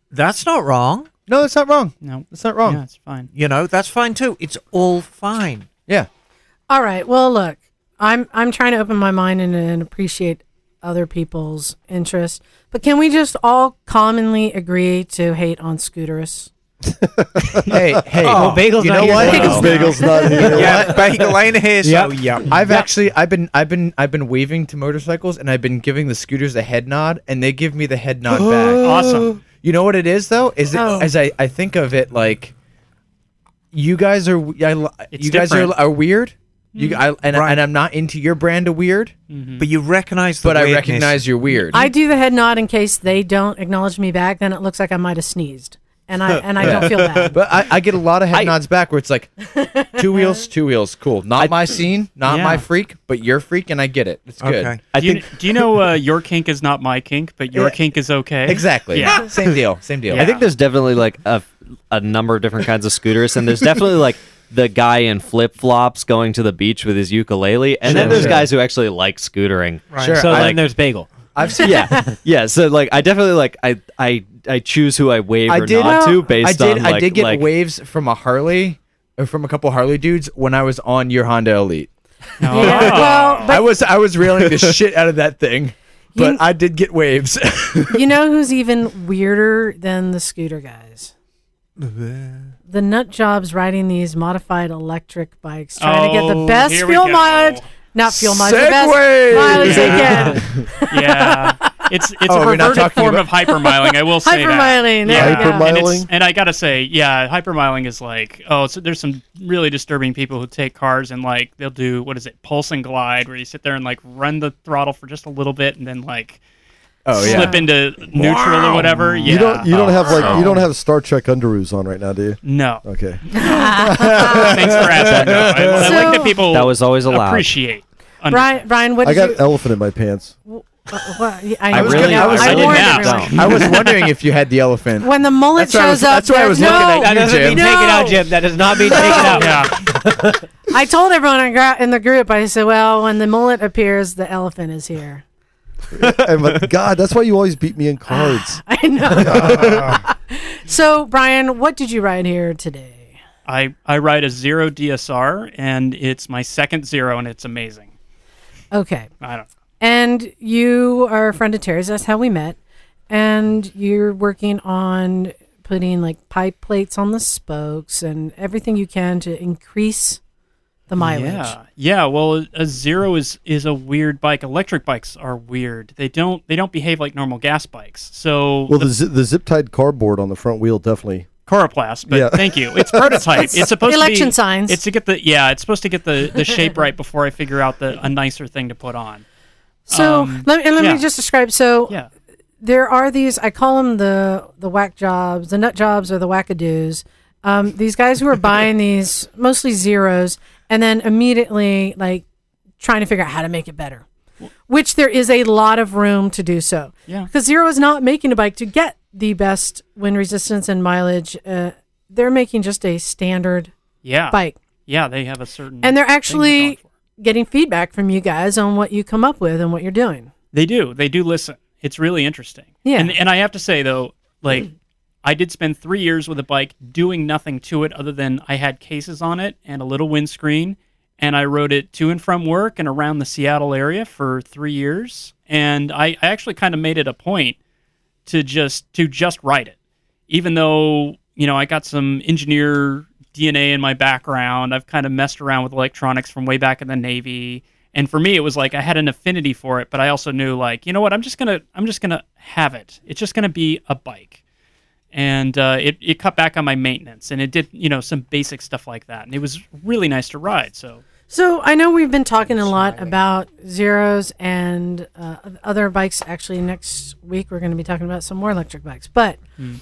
S6: That's not wrong,
S4: No, that's not wrong.
S7: no,
S4: That's not wrong.
S7: Yeah, it's fine.
S6: you know. That's fine too. It's all fine.
S4: Yeah.
S1: All right. Well, look, I'm I'm trying to open my mind and, and appreciate other people's interest, but can we just all commonly agree to hate on scooters?
S4: Hey, hey.
S6: Oh,
S5: Bagel's
S4: you
S5: not
S4: know
S5: here
S4: what?
S5: today.
S4: Bagel's-
S2: Bagel's not here.
S6: Yeah, bagel ain't here, so yeah.
S4: I've actually I've been I've been I've been waving to motorcycles and I've been giving the scooters a head nod and they give me the head nod back.
S7: Awesome.
S4: You know what it is though? Is it,
S1: Oh.
S4: as I, I think of it like you guys are I, li-
S7: It's
S4: you guys are,
S7: different.
S4: are weird.
S1: Hmm.
S4: You I, and,
S6: Right.
S4: and I'm not into your brand of weird,
S6: But you recognize the
S4: but I
S6: weirdness.
S4: recognize you're weird.
S1: I do the head nod in case they don't acknowledge me back. Then it looks like I might have sneezed, and I and I don't feel bad.
S4: but I, I get a lot of head nods back where it's like two wheels, two wheels, cool. Not my scene, not
S7: Yeah.
S4: my freak, but your freak and I get it. It's good.
S6: Okay.
S4: I
S7: do, you,
S4: think
S7: do you know uh, your kink is not my kink, but your
S4: Yeah.
S7: kink is okay?
S4: exactly.
S7: Yeah.
S4: Same deal. Same deal.
S7: Yeah.
S4: I
S3: I think there's definitely like a, a number of different kinds of scooters, and there's definitely like the guy in flip flops going to the beach with his ukulele, and then
S4: Sure.
S3: there's
S4: Sure.
S3: guys who actually like scootering.
S4: Sure.
S5: So
S4: I-
S5: then
S3: like-
S5: there's Bagel.
S4: I've seen
S3: Yeah, yeah. So like, I definitely like I I I choose who I wave
S4: I
S3: or
S4: did-
S3: not
S1: Well,
S3: to based
S4: I did.
S3: on
S4: I
S3: like
S4: did get
S3: like
S4: waves from a Harley, or from a couple Harley dudes when I was on your Honda Elite.
S7: No.
S1: yeah. Well,
S4: I was I was railing the shit out of that thing, but
S1: You-
S4: I did get waves.
S1: but you know who's even weirder than the scooter guys? The nut jobs riding these modified electric bikes, trying to get the
S7: Oh,
S1: best
S7: here we
S1: fuel
S7: go.
S1: mileage, not fuel mileage, the best
S4: Segway!
S1: mileage
S7: Yeah.
S1: they can.
S7: yeah. It's it's
S4: Oh,
S7: a
S4: we're not
S7: perverted
S4: talking
S7: form
S4: about-
S7: of hypermiling. I will say
S1: Hypermiling, there
S7: that.
S1: we
S7: Yeah.
S1: go.
S7: And, it's-
S2: Hypermiling?
S7: and I gotta say, yeah, hypermiling is like oh, so there's some really disturbing people who take cars and like they'll do what is it, pulse and glide, where you sit there and like run the throttle for just a little bit and then like
S4: oh
S7: slip into neutral or whatever. Yeah. Oh,
S2: You don't. You don't have like. You don't have Star Trek underoos on right now, do you?
S7: no.
S2: Okay.
S7: Thanks for asking. though. I, I like
S1: So-
S7: that people
S3: That was always allowed.
S7: appreciate.
S1: Brian, Brian, what
S2: I
S1: did
S2: got
S1: you?
S2: elephant in my pants.
S1: Uh, what- yeah, I,
S3: I
S1: know.
S4: was
S3: really
S4: gonna- I was
S1: I
S4: really
S1: warned
S7: now.
S1: everyone.
S4: I was wondering if you had the elephant.
S1: When the mullet
S4: That's why I was-
S1: shows up,
S4: that's why I was
S1: there's
S4: looking
S1: no,
S4: at
S5: That
S4: you,
S5: doesn't mean
S4: Jim.
S5: take it out,
S1: No.
S5: Jim. That does not mean take it out.
S7: Yeah.
S1: I told everyone in gra- in the group. I said, "Well, when the mullet appears, the elephant is here."
S2: And but God, that's why you always beat me in cards.
S1: I know. so, Brian, what did you ride here today?
S7: I, I ride a zero DSR and it's my second zero and it's amazing.
S1: Okay,
S7: I don't
S1: and you are a friend of Terry's. That's how we met, and you're working on putting like pipe plates on the spokes and everything you can to increase the mileage.
S7: Yeah. Yeah, well a zero is is a weird bike. Electric bikes are weird. They don't they don't behave like normal gas bikes. So
S2: Well,
S7: the
S2: the zi- the zip tied cardboard on the front wheel definitely.
S7: coroplast, but
S2: Yeah.
S7: thank you. It's prototype. it's supposed to
S1: election
S7: be,
S1: signs.
S7: It's to get the yeah, it's supposed to get the, the shape right before I figure out the a nicer thing to put on.
S1: So
S7: Um,
S1: let, and let
S7: yeah.
S1: me just describe. So
S7: Yeah.
S1: there are these i call them the the whack jobs the nut jobs or the wackadoos um, these guys who are buying these mostly zeros and then immediately like trying to figure out how to make it better which there is a lot of room to do so
S7: Yeah.
S1: because zero is not making a bike to get the best wind resistance and mileage uh, they're making just a standard
S7: Yeah.
S1: bike
S7: yeah, they have a certain
S1: And they're
S7: Ah. thing
S1: actually-
S7: going for.
S1: Getting feedback from you guys on what you come up with and what you're doing.
S7: They do. They do listen. It's really interesting.
S1: Yeah.
S7: And and I have to say though, like I did spend three years with a bike doing nothing to it other than I had cases on it and a little windscreen, and I rode it to and from work and around the Seattle area for three years. And I, I actually kind of made it a point to just to just ride it, even though you know I got some engineer DNA in my background. I've kind of messed around with electronics from way back in the Navy and for me it was like i had an affinity for it but i also knew like you know what i'm just gonna i'm just gonna have it it's just gonna be a bike and uh, it, it cut back on my maintenance and it did you know some basic stuff like that and it was really nice to ride so
S1: So I know we've been talking a lot about zeros and uh, other bikes. Actually, next week we're going to be talking about some more electric bikes. But
S7: Hmm.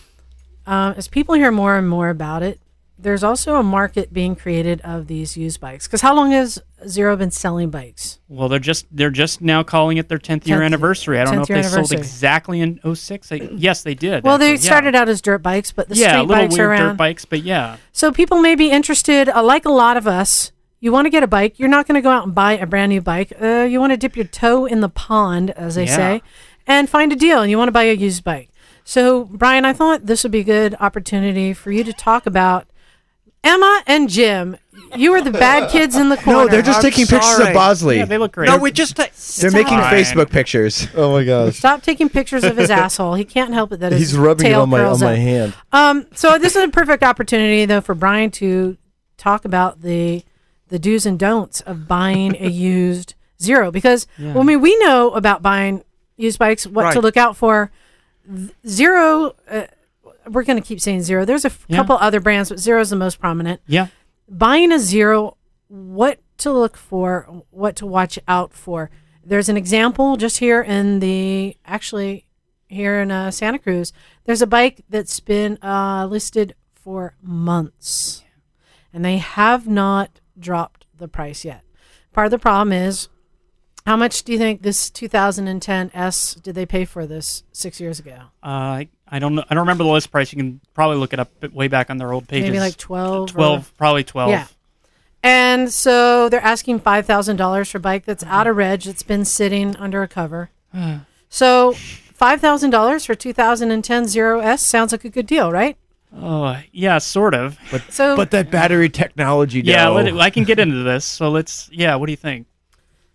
S1: um, as people hear more and more about it, there's also a market being created of these used bikes. Because how long has Zero been selling bikes?
S7: well they're just they're just now calling it their 10th year
S1: 10th
S7: anniversary i don't know if
S1: 10th year
S7: they sold
S1: anniversary.
S7: exactly in 06 I, yes they did
S1: Well, they
S7: actually, yeah.
S1: started out as dirt bikes, but the
S7: yeah
S1: street
S7: little
S1: bikes
S7: weird
S1: are
S7: dirt
S1: around.
S7: bikes but yeah
S1: So people may be interested, uh, like a lot of us. You want to get a bike. You're not going to go out and buy a brand new bike. Uh, you want to dip your toe in the pond, as they
S7: Yeah.
S1: say, and find a deal. And you want to buy a used bike. So, Brian, I thought this would be a good opportunity for you to talk about Emma and Jim. You were the bad kids in the corner.
S4: No, they're just
S6: I'm
S4: taking pictures
S6: sorry.
S4: of Bosley.
S7: yeah they look great
S6: No, we just. ta-
S4: they're making
S7: fine.
S4: Facebook pictures.
S2: Oh my gosh.
S1: Stop taking pictures of his asshole. He can't help it that his
S2: He's rubbing it
S1: tail
S2: on my on
S1: curls
S2: my
S1: up.
S2: hand.
S1: Um, so this is a perfect opportunity though for Brian to talk about the the do's and don'ts of buying a used zero because well, I mean we know about buying used bikes what to
S6: Right.
S1: look out for Th- zero uh, we're going to keep saying zero there's a f-
S7: Yeah.
S1: couple other brands but zero is the most prominent
S7: yeah
S1: buying a zero what to look for what to watch out for there's an example just here in the actually here in uh, santa cruz there's a bike that's been uh, listed for months and they have not dropped the price yet part of the problem is how much do you think this 2010 s did they pay for this six years ago
S7: uh, I- I don't know. I don't remember the list price. You can probably look it up way back on their old pages.
S1: maybe like 12 or-
S7: 12 probably 12
S1: Yeah. And so they're asking five thousand dollars for a bike that's out of reg, that's been sitting under a cover. so five thousand dollars for 2010 Zero S sounds like a good deal, right?
S7: oh yeah sort of
S1: So
S4: But that battery technology,
S7: yeah
S4: no.
S7: let it, i can get into this so let's yeah what do you think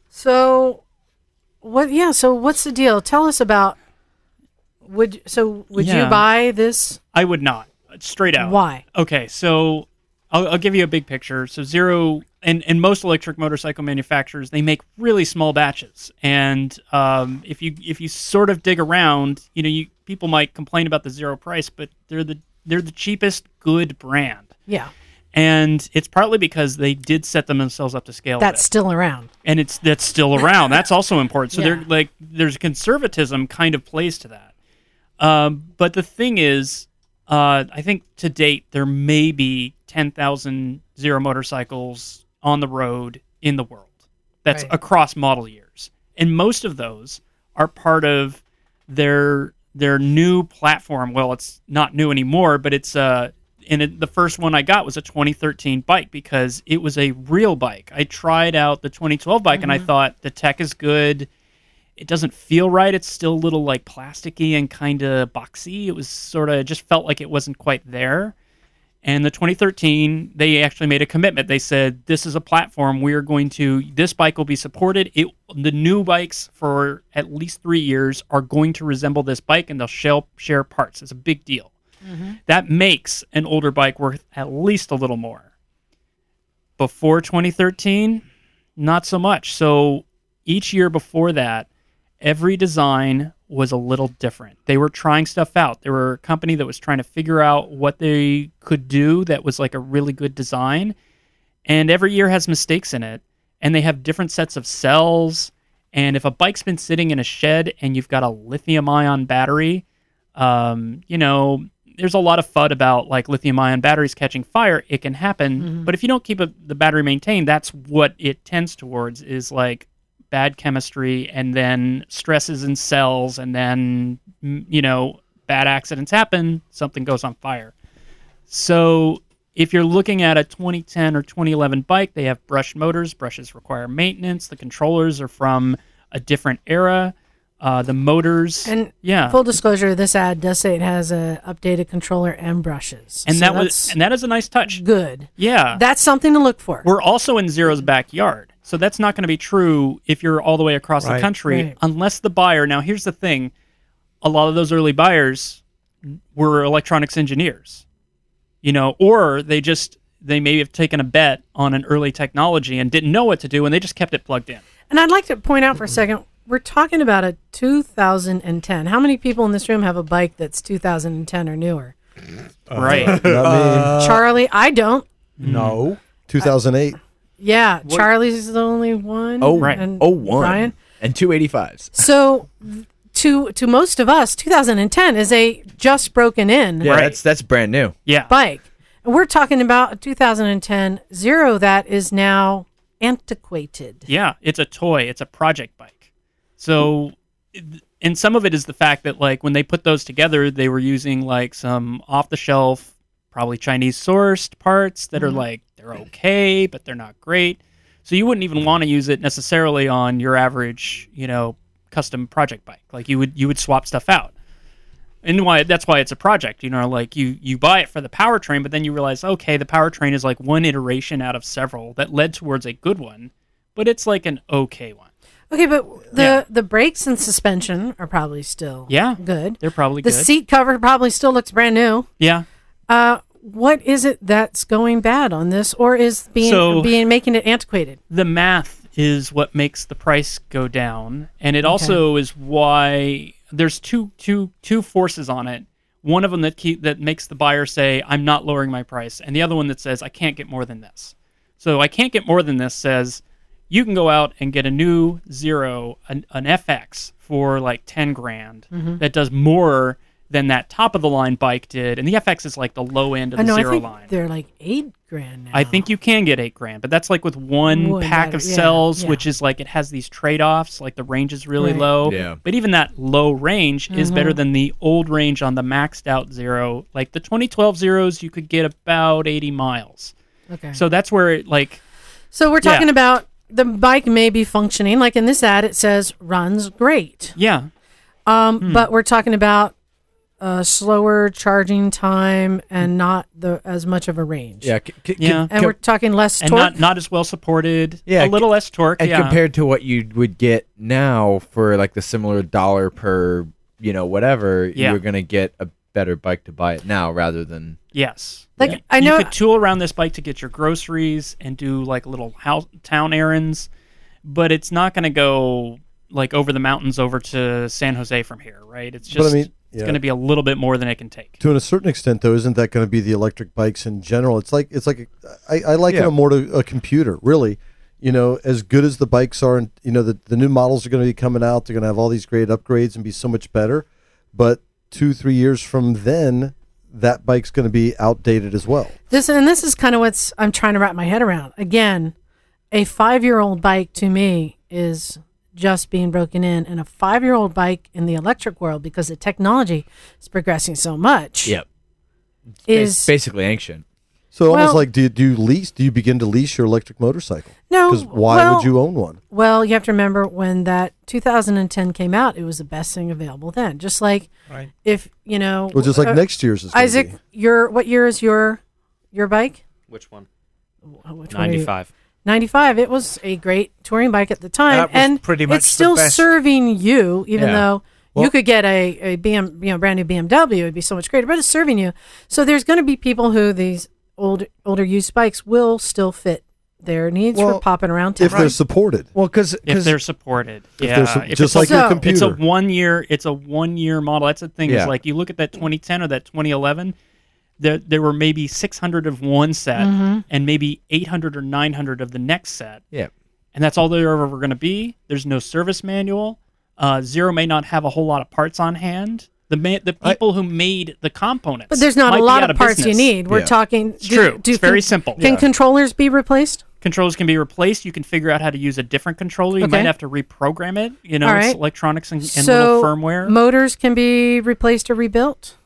S1: so what? Yeah. So what's the deal? Tell us about. Would so would you
S7: Yeah.
S1: buy this?
S7: i would not straight out
S1: Why?
S7: okay so I'll, I'll give you a big picture so zero and, and most electric motorcycle manufacturers they make really small batches and um, if you if you sort of dig around you know you people might complain about the zero price but they're the they're the cheapest good brand
S1: Yeah,
S7: and it's partly because they did set them themselves up to scale a
S1: that's
S7: bit.
S1: still around.
S7: and it's that's still around. That's also important. So
S1: Yeah.
S7: there, like, there's conservatism kind of plays to that. Um, but the thing is, uh, I think to date there may be 10,000 zero motorcycles on the road in the world. That's
S1: Right.
S7: across model years, and most of those are part of their their new platform. Well, it's not new anymore, but it's uh and it, the first one I got was a 2013 bike because it was a real bike. I tried out the 2012 bike and I thought the tech is good. It doesn't feel right. It's still a little like plasticky and kind of boxy. It was sort of just felt like it wasn't quite there. And the 2013, they actually made a commitment. They said, "This is a platform. We are going to. This bike will be supported. It. The new bikes for at least three years are going to resemble this bike, and they'll share share parts. It's a big deal. That makes an older bike worth at least a little more. Before 2013, not so much. So each year before that, every design was a little different. They were trying stuff out. They were a company that was trying to figure out what they could do that was like a really good design. And every year has mistakes in it. And they have different sets of cells. And if a bike's been sitting in a shed and you've got a lithium ion battery, um, you know, there's a lot of FUD about like lithium ion batteries catching fire. It can happen, but if you don't keep a, the battery maintained, that's what it tends towards is like bad chemistry and then stresses in cells and then, mm, you know, bad accidents happen, something goes on fire. So If you're looking at a 2010 or 2011 bike, they have brush motors. Brushes require maintenance. The controllers are from a different era. Uh, the motors,
S1: And
S7: yeah,
S1: full disclosure, this ad does say it has a updated controller and brushes.
S7: and
S1: So
S7: that was
S1: that's
S7: and that is a nice touch.
S1: good.
S7: Yeah,
S1: That's something to look for.
S7: we're also in Zero's backyard. So that's not going to be true if you're all the way across the
S6: Right.
S7: country,
S1: Right.
S7: unless the buyer. Now, here's the thing a lot of those early buyers were electronics engineers, you know, or they just, they maybe have taken a bet on an early technology and didn't know what to do and they just kept it plugged in.
S1: And I'd like to point out for a second, we're talking about a 2010. How many people in this room have a bike that's 2010 or newer?
S7: right.
S2: Not
S1: Uh,
S4: Uh,
S1: Charlie, I don't.
S2: no. 2008.
S1: Yeah, Charlie's the only one.
S4: Oh,
S7: Right.
S1: and
S4: oh one
S1: Brian.
S4: and two eighty fives.
S1: So, to to most of us, 2010 is a just broken in
S4: Yeah,
S7: Right.
S4: that's that's brand new.
S7: Yeah.
S1: bike. And we're talking about a 2010 Zero that is now antiquated.
S7: Yeah, it's a toy. It's a project bike. So, it- and some of it is the fact that like when they put those together, they were using like some off-the-shelf, probably Chinese-sourced parts that are like they're okay, but they're not great. So you wouldn't even want to use it necessarily on your average, you know, custom project bike. Like you would you would swap stuff out. And why that's why it's a project, you know, like you you buy it for the powertrain, but then you realize, okay, the powertrain is like one iteration out of several that led towards a good one, but it's like an okay one.
S1: Okay, but the
S7: Yeah.
S1: the brakes and suspension are probably still
S7: Yeah.
S1: good.
S7: They're probably
S1: The
S7: good.
S1: seat cover probably still looks brand new.
S7: yeah.
S1: Uh, what is it that's going bad on this, or is being
S7: So-
S1: being making it antiquated?
S7: The math is what makes the price go down, and it also is why there's two two two forces on it. One of them that keep, that makes the buyer say, "I'm not lowering my price," and the other one that says, "I can't get more than this." So I can't get more than this says, you can go out and get a new zero, an, an FX for like 10 grand
S1: Mm-hmm.
S7: that does more than that top of the line bike did. And the FX is like the low end of
S1: I
S7: the
S1: know. I
S7: zero
S1: think
S7: line.
S1: they're like eight grand now.
S7: I think you can get eight grand, but that's like with one
S1: One
S7: pack
S1: better,
S7: of
S1: yeah,
S7: cells,
S1: yeah.
S7: which is like it has these trade offs. Like the range is really
S1: Right. Mm-hmm.
S7: low.
S4: Yeah.
S7: But even that low range is better than the old range on the maxed out zero. Like the 2012 zeros, you could get about 80 miles.
S1: Okay. So,
S7: So that's where it like,
S1: we're
S7: yeah.
S1: talking about the bike may be functioning, like in this ad, it says runs great,
S7: yeah,
S1: um,
S7: Hmm.
S1: but we're talking about uh, slower charging time and not the as much of a range.
S4: Yeah, c- c-
S7: Yeah.
S4: c-
S1: And we're talking less
S7: and
S1: torque.
S7: not not as well supported.
S4: Yeah,
S7: a little less torque.
S4: and
S7: yeah,
S4: compared to what you would get now for like the similar dollar per you know whatever
S7: Yeah.
S4: you're gonna get a better bike to buy it now rather than
S7: yes.
S1: like I know
S7: you could tool around this bike to get your groceries and do like little house town errands, but it's not going to go like over the mountains over to San Jose from here, right? It's
S2: But I
S7: just
S2: mean,
S7: it's
S2: yeah.
S7: going to be a little bit more than it can take.
S2: To a certain extent, though, isn't that going to be the electric bikes in general? It's like it's like I, I liken
S4: Yeah.
S2: it more to a computer, really. You know, as good as the bikes are, and you know the the new models are going to be coming out. They're going to have all these great upgrades and be so much better. But two three years from then, that bike's going to be outdated as well.
S1: This and this is kind of what's I'm trying to wrap my head around. Again, a five-year-old bike to me is just being broken in, and a five-year-old bike in the electric world because the technology is progressing so much.
S4: It's
S1: is
S4: basically ancient
S2: So almost
S1: Well-
S2: like do you, do you lease? Do you begin to lease your electric motorcycle?
S1: No,
S2: Because why
S1: well-
S2: would you own one?
S1: well. You have to remember when that 2010 came out, it was the best thing available then. Just like
S6: Right.
S1: if you know,
S2: Well, just like
S1: uh,
S2: next year's is gonna
S1: Isaac,
S2: be.
S1: your what year is your your bike?
S3: Which one?
S1: Which one are you-
S3: 95.
S1: 95 it was a great touring bike at the time
S6: That was
S1: and
S6: pretty much
S1: it's
S6: the
S1: still
S6: best.
S1: serving you even
S4: Yeah.
S1: though you
S4: Well-
S1: could get a, a BM, you know, brand new BMW it'd be so much greater but it's serving you so there's going to be people who these old older used bikes will still fit their needs for
S2: Well,
S1: popping around town
S2: if they're supported.
S4: well because
S7: If they're supported, yeah,
S2: they're su-
S7: If
S2: just
S7: it's a-
S2: like
S1: So-
S2: your
S1: it's
S2: computer.
S7: it's a one year, it's a one year model. That's the thing.
S4: Yeah.
S7: Is like you look at that 2010 or that 2011. There, there were maybe 600 of one set
S1: Mm-hmm.
S7: and maybe 800 or 900 of the next set.
S4: yeah
S7: and that's all they're ever going to be. There's no service manual. Uh, Zero may not have a whole lot of parts on hand. The ma- the
S4: I-
S7: people who made the components,
S1: but there's not a
S7: might be
S1: lot
S7: out
S1: of parts you
S7: business.
S1: need we're
S4: Yeah.
S1: talking
S7: It's true. It's very simple.
S1: can controllers be replaced
S7: Controllers can be replaced. You can figure out how to use a different controller. You
S1: Okay.
S7: might have to reprogram it. You know,
S1: All
S7: it's
S1: right.
S7: electronics and, and
S1: so
S7: little firmware.
S1: motors can be replaced or rebuilt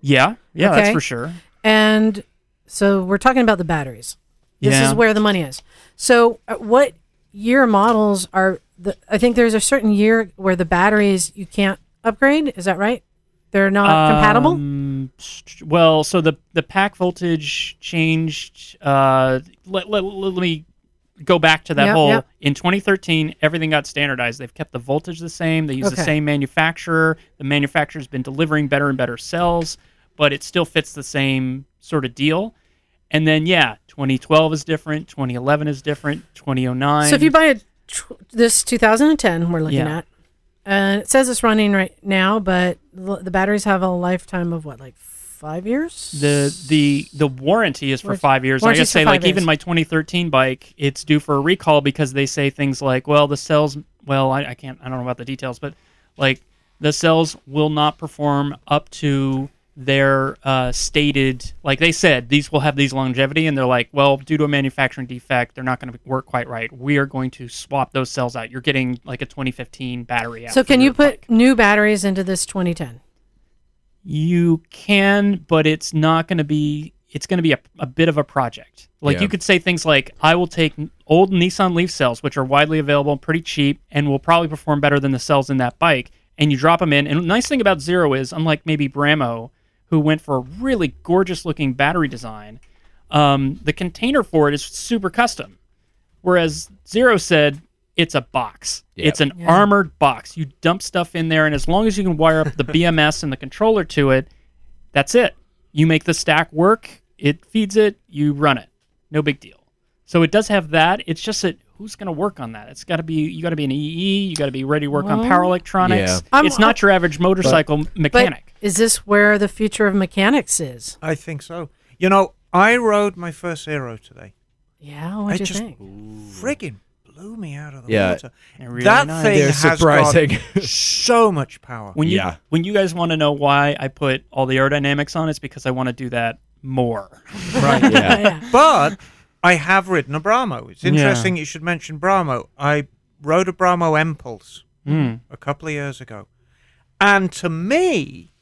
S7: yeah, yeah,
S1: Okay.
S7: that's for sure.
S1: and So we're talking about the batteries. This
S7: Yeah.
S1: is where the money is. So uh, what year models are the? I think there's a certain year where the batteries you can't upgrade. Is that right? They're not compatible.
S7: Um, st- Well, so the the pack voltage changed. Uh, let, let, let me go back to that
S1: Yep,
S7: whole.
S1: yep.
S7: In 2013, everything got standardized. They've kept the voltage the same. They use
S1: Okay.
S7: the same manufacturer. The manufacturer's been delivering better and better cells, but it still fits the same sort of deal. And then yeah, 2012 is different. 2011 is different. 2009.
S1: So if you buy a tr- this 2010 we're looking
S7: Yeah.
S1: at, and it says it's running right now, but l- the batteries have a lifetime of what, like five years?
S7: the the the warranty is for
S1: Warranty-
S7: five years. And I
S1: warranty's for
S7: gotta say,
S1: five
S7: like even
S1: years.
S7: my 2013 bike, it's due for a recall because they say things like, "Well, the cells, well, I, I can't, I don't know about the details, but like the cells will not perform up to their uh, stated, like they said, these will have these longevity, and they're like, well, due to a manufacturing defect, they're not going to work quite right. We are going to swap those cells out. You're getting like a 2015 battery out.
S1: so
S7: for
S1: can
S7: your
S1: you put
S7: bike.
S1: new batteries into this 2010?
S7: You can, but it's not going to be. It's going to be a, a bit of a project. Like
S4: Yeah.
S7: you could say things like, "I will take old Nissan Leaf cells, which are widely available and pretty cheap, and will probably perform better than the cells in that bike." And you drop them in. And the nice thing about Zero is, unlike maybe Bramo, who went for a really gorgeous-looking battery design, um, the container for it is super custom. Whereas Zero said it's a box.
S4: Yep.
S7: It's an armored box. You dump stuff in there, and as long as you can wire up the BMS and the controller to it, that's it. You make the stack work, it feeds it, you run it. No big deal. So it does have that. It's just that who's going to work on that? It's got to be you got to be an EE, you got to be ready to work on power electronics.
S4: Yeah.
S1: I'm-
S7: It's not your average motorcycle
S1: But
S7: mechanic.
S1: is this where the future of mechanics is?
S6: I think so. You know, I rode my first Zero today.
S1: Yeah, what do
S6: I
S1: you
S6: just
S1: think?
S6: friggin' blew me out of the
S4: Yeah.
S6: water.
S7: They're really
S6: that
S7: nice.
S6: thing
S4: They're
S6: has
S4: surprising.
S6: got so much power.
S7: When you
S4: Yeah.
S7: when you guys want to know why I put all the aerodynamics on, it's because I want to do that more.
S6: Right.
S1: Oh,
S4: Yeah.
S6: But I have ridden a Brahmo. It's interesting you should mention Brahmo. I rode a Brahmo Impulse
S7: Mm.
S6: a couple of years ago. And to me,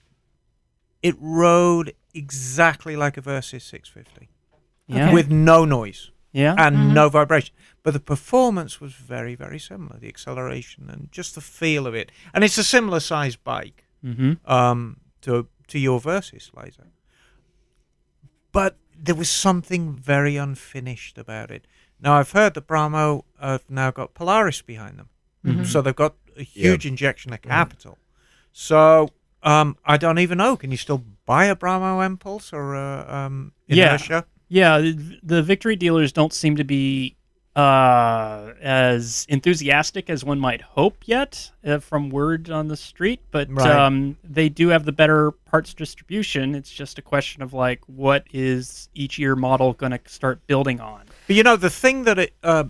S6: it rode exactly like a Versus 650
S7: Yeah.
S6: with no noise
S7: yeah.
S6: and no vibration. But the performance was very, very similar. The acceleration and just the feel of it. And it's a similar size bike
S7: mm-hmm.
S6: um, to to your versus laser. But there was something very unfinished about it. Now I've heard that Brahmo have now got Polaris behind them, so they've got a huge injection of capital. So um, I don't even know. Can you still buy a Brahmo Impulse or a um,
S7: Yeah.
S6: Inertia?
S7: Yeah, the, the victory dealers don't seem to be uh, as enthusiastic as one might hope yet uh, from word on the street, but
S6: Right.
S7: um, they do have the better parts distribution. It's just a question of like what is each year model going to start building on.
S6: But you know the thing that it. Uh,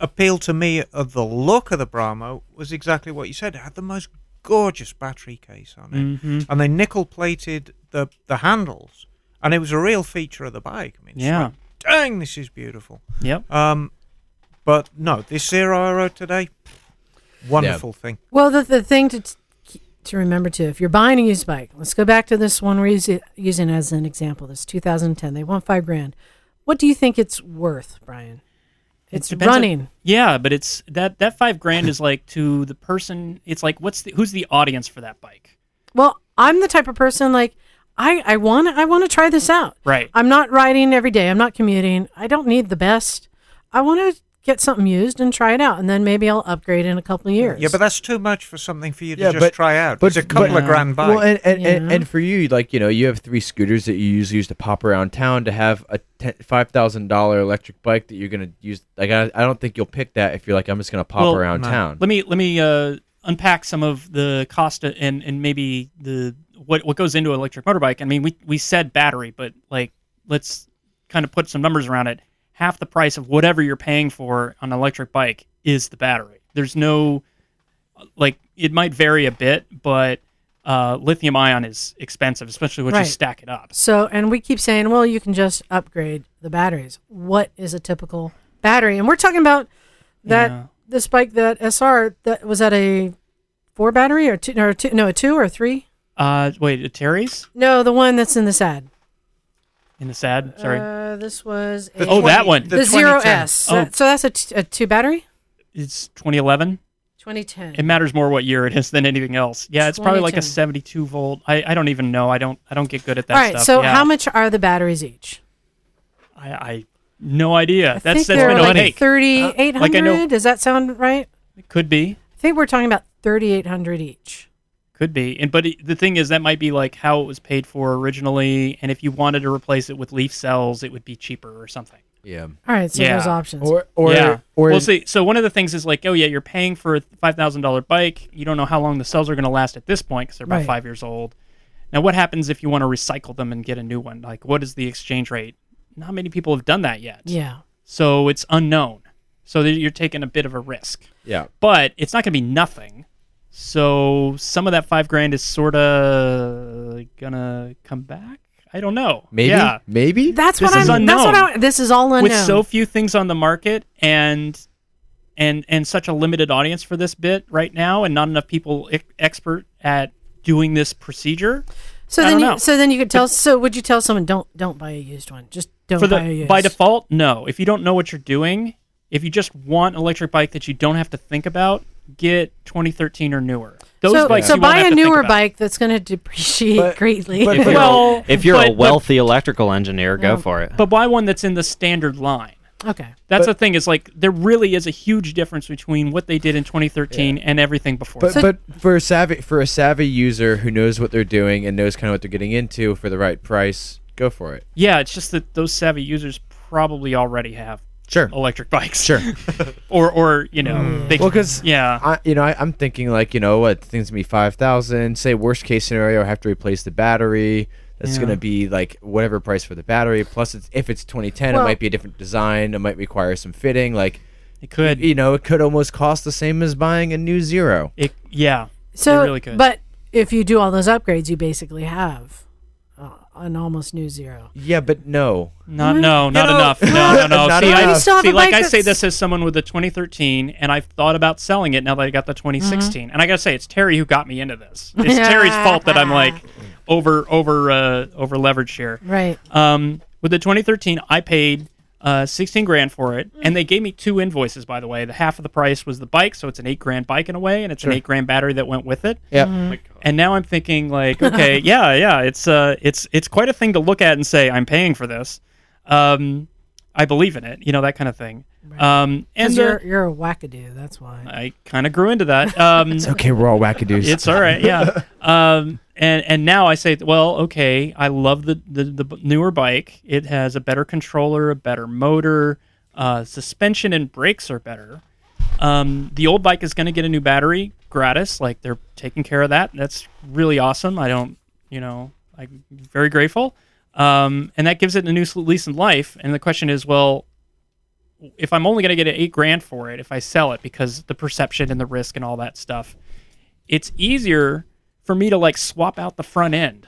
S6: appealed to me of the look of the Brahmo was exactly what you said. It had the most gorgeous battery case on it.
S7: Mm-hmm.
S6: and they nickel plated the the handles, and it was a real feature of the bike. I mean, it's
S7: Yeah.
S6: like, dang, this is beautiful.
S7: Yep.
S6: Um, but no, this Zero I rode today, wonderful thing.
S1: Well, the, the thing to t- to remember too, if you're buying a used bike, let's go back to this one we're using, using as an example. This 2010, they want five grand. What do you think it's worth, Brian? It's
S7: Depends on-
S1: running.
S7: yeah, but it's that that five grand is like to the person. It's like what's the who's the audience for that bike?
S1: well, I'm the type of person like I I want I want to try this out.
S7: Right.
S1: I'm not riding every day. I'm not commuting. I don't need the best. I want to get something used and try it out, and then maybe I'll upgrade in a couple of years.
S6: Yeah, but that's too much for something for you to
S4: Yeah,
S6: just
S4: but-
S6: try out.
S4: but-
S6: it's a couple
S4: but-
S6: of grand bike.
S4: Well, and and, and,
S1: Yeah.
S4: and for you, like you know, you have three scooters that you usually use to pop around town. To have a ten, five thousand dollar electric bike that you're gonna use, like I, I don't think you'll pick that if you're like I'm just gonna pop
S7: Well,
S4: around
S6: no.
S4: town.
S7: Let me let me uh, unpack some of the cost a- and and maybe the what what goes into an electric motorbike. I mean, we we said battery, but like let's kind of put some numbers around it. Half the price of whatever you're paying for on an electric bike is the battery. There's no like it might vary a bit, but uh, lithium ion is expensive, especially when
S1: Right.
S7: you stack it up.
S1: So, and we keep saying, well, you can just upgrade the batteries. What is a typical battery? And we're talking about that
S7: Yeah.
S1: this bike, that SR, that was that a four battery or two, or two? No, a two or a three?
S7: Uh, wait, it Terry's?
S1: No, the one that's in this ad.
S7: in the sad. Sorry,
S1: Uh, this was a,
S6: The
S7: Oh, that
S6: 20
S7: one.
S1: the,
S6: the
S1: zero
S6: 2010.
S1: S.
S7: Oh.
S1: So that's a, t- a two battery.
S7: it's 2011.
S1: 2010.
S7: It matters more what year it is than anything else. Yeah, it's probably like a
S1: 2010.
S7: 72 volt. I, I don't even know. I don't I don't get good at that
S1: All right.
S7: stuff.
S1: so
S7: Yeah.
S1: how much are the batteries each?
S7: I, I no idea.
S1: I
S7: that's
S1: think
S7: that's
S1: they're
S7: been a
S1: like
S7: headache.
S1: thirty-eight
S7: Uh, like I
S1: hundred.
S7: know-
S1: Does that sound right?
S7: Could be.
S1: I think we're talking about thirty-eight hundred each.
S7: Could be. And but it, the thing is, that might be like how it was paid for originally. And if you wanted to replace it with leaf cells, it would be cheaper or something.
S4: Yeah.
S1: All right. So
S7: Yeah.
S1: there's options.
S4: Or or
S7: yeah.
S4: or
S7: well, see, so one of the things is like, oh yeah, you're paying for a five thousand dollar bike. You don't know how long the cells are going to last at this point because they're about
S1: Right.
S7: five years old. Now, what happens if you want to recycle them and get a new one? Like, what is the exchange rate? Not many people have done that yet,
S1: yeah.
S7: so it's unknown. So that you're taking a bit of a risk,
S4: yeah.
S7: but it's not going to be nothing. So some of that five grand is sort of gonna come back. I don't know.
S4: Maybe
S7: Yeah
S4: maybe
S1: That's
S7: This
S1: what
S7: is
S1: I'm. That's what
S7: unknown.
S1: I, This is all unknown.
S7: with so few things on the market and and and such a limited audience for this bit right now and not enough people e- expert at doing this procedure
S1: So
S7: I
S1: then,
S7: don't
S1: you,
S7: know.
S1: so then you could tell. so would you tell someone don't don't buy a used one? Just don't
S7: for
S1: buy a
S7: the
S1: used.
S7: by default no if you don't know what you're doing if you just want an electric bike that you don't have to think about get 2013 or newer those
S1: so,
S7: bikes
S1: so
S7: you won't
S1: buy
S7: have
S1: a
S7: to think
S1: newer
S7: about.
S1: bike that's going to depreciate
S4: But-
S1: greatly.
S4: but-
S3: If you're,
S7: Well,
S3: if you're
S7: but-
S3: a
S7: but-
S3: wealthy electrical engineer, go for it.
S7: but buy one that's in the standard line
S1: okay.
S7: that's the thing is like there really is a huge difference between what they did in 2013 and everything before
S4: But
S1: So-
S4: but for a savvy for a savvy user who knows what they're doing and knows kind of what they're getting into for the right price, go for it.
S7: Yeah, it's just that those savvy users probably already have
S4: Sure.
S7: electric bikes.
S4: Sure.
S7: or or you know they
S4: Well, 'cause-
S7: yeah
S4: I, you know, I, I'm thinking like, you know, what things gonna be five thousand. Say worst case scenario, I have to replace the battery. That's
S7: Yeah.
S4: gonna be like whatever price for the battery. Plus, it's if it's 2010,
S1: Well-
S4: it might be a different design. It might require some fitting. Like,
S7: it could
S4: you know, it could almost cost the same as buying a new zero.
S7: it yeah
S1: So,
S7: They really could.
S1: but if you do all those upgrades, you basically have uh, an almost new zero.
S4: Yeah, but no.
S7: not no not
S4: know,
S7: enough no no no
S4: not
S7: see, I,
S4: enough. You
S1: still have
S7: see
S1: a
S7: like
S1: bike
S7: I say
S1: that's-
S7: this as someone with a 2013 and I've thought about selling it now that I got the 2016
S1: Mm-hmm.
S7: and I gotta say it's Terry who got me into this it's Terry's fault that I'm like over over uh, over leveraged here
S1: Right.
S7: Um, with the 2013, I paid uh, 16 grand for it, and they gave me two invoices. By the way, the half of the price was the bike, so it's an eight grand bike in a way, and it's an eight grand battery that went with it.
S4: Yeah.
S7: And now I'm thinking like, okay, yeah, yeah, it's uh, it's it's quite a thing to look at and say I'm paying for this. Um, I believe in it, you know that kind of thing. Um, and
S1: 'Cause
S7: the-
S1: you're you're a wackadoo. That's why.
S7: I kind of grew into that. Um,
S4: Okay, we're all wackadoos.
S7: it's all right, yeah. Um, and and now I say, well, okay, I love the, the the b- newer bike. It has a better controller, a better motor, uh, suspension and brakes are better. Um, the old bike is going to get a new battery gratis. Like they're taking care of that. That's really awesome. I don't, you know, I'm very grateful. Um, and that gives it a new s- lease in life. And the question is, well, if I'm only going to get eight grand for it, if I sell it, because the perception and the risk and all that stuff, it's easier for me to like swap out the front end.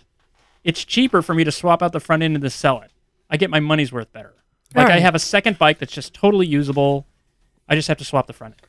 S7: It's cheaper for me to swap out the front end and to sell it. I get my money's worth better. Like I
S1: Alright.
S7: have a second bike that's just totally usable. I just have to swap the front end,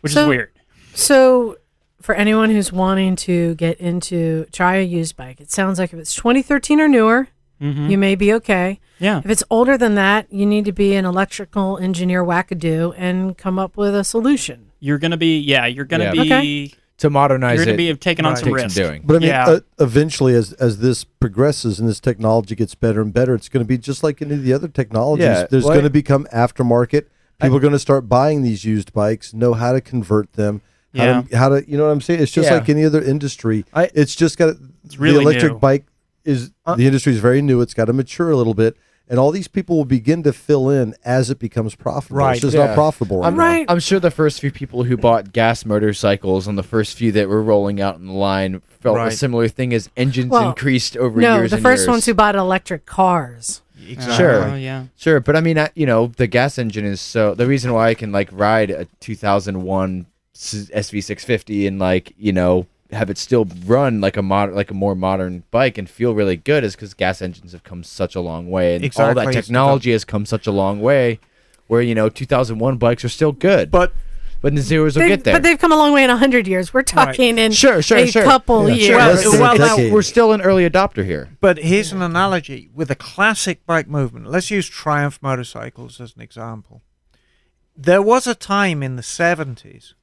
S7: which
S1: So-
S7: is weird.
S1: So, for anyone who's wanting to get into try a used bike, it sounds like if it's 2013 or newer,
S7: Mm-hmm.
S1: you may be okay.
S7: Yeah.
S1: If it's older than that, you need to be an electrical engineer wackadoo and come up with a solution.
S7: You're gonna be yeah, you're gonna
S4: Yeah.
S7: be
S1: Okay.
S4: to modernize
S7: you're gonna
S4: it.
S7: be taking on
S6: Right.
S7: some
S4: take
S7: risk.
S4: some doing.
S2: But I mean,
S7: Yeah.
S2: uh, eventually, as as this progresses and this technology gets better and better, it's going to be just like any of the other technologies.
S4: Yeah,
S2: There's
S4: well,
S2: going to become aftermarket. People are going to start buying these used bikes, know how to convert them, how, to, how to, you know what I'm saying? It's just
S4: Yeah.
S2: like any other industry.
S4: I-
S2: it's just got
S7: really
S2: the electric
S7: new.
S2: bike is the industry is very new. It's got to mature a little bit, and all these people will begin to fill in as it becomes profitable.
S6: Right,
S2: It's just
S4: yeah.
S2: not profitable.
S4: I'm,
S2: now.
S1: Right.
S4: I'm sure the first few people who bought gas motorcycles and the first few that were rolling out in the line felt a
S6: Right.
S4: similar thing as engines
S1: Well,
S4: increased over
S1: No,
S4: years.
S1: the
S4: and
S1: first
S4: years.
S1: ones who bought electric cars.
S4: Sure.
S7: Oh yeah.
S4: Sure, but I mean, I, you know, the gas engine is so the reason why I can like ride a 2001 S- SV650 and like you know have it still run like a mod like a more modern bike and feel really good is because gas engines have come such a long way and all that
S6: Exactly.
S4: technology has come such a long way, where you know 2001 bikes are still good,
S6: But
S4: But the zeros will
S1: They've-
S4: get there.
S1: But they've come a long way in hundred years. We're talking in
S4: Sure, sure,
S1: a
S4: sure.
S1: couple
S2: Yeah.
S1: years.
S2: Sure, Less
S4: well,
S2: than a
S4: well, now
S2: decade.
S4: we're still an early adopter here.
S6: But here's an analogy with a classic bike movement. Let's use Triumph motorcycles as an example. There was a time in the 70s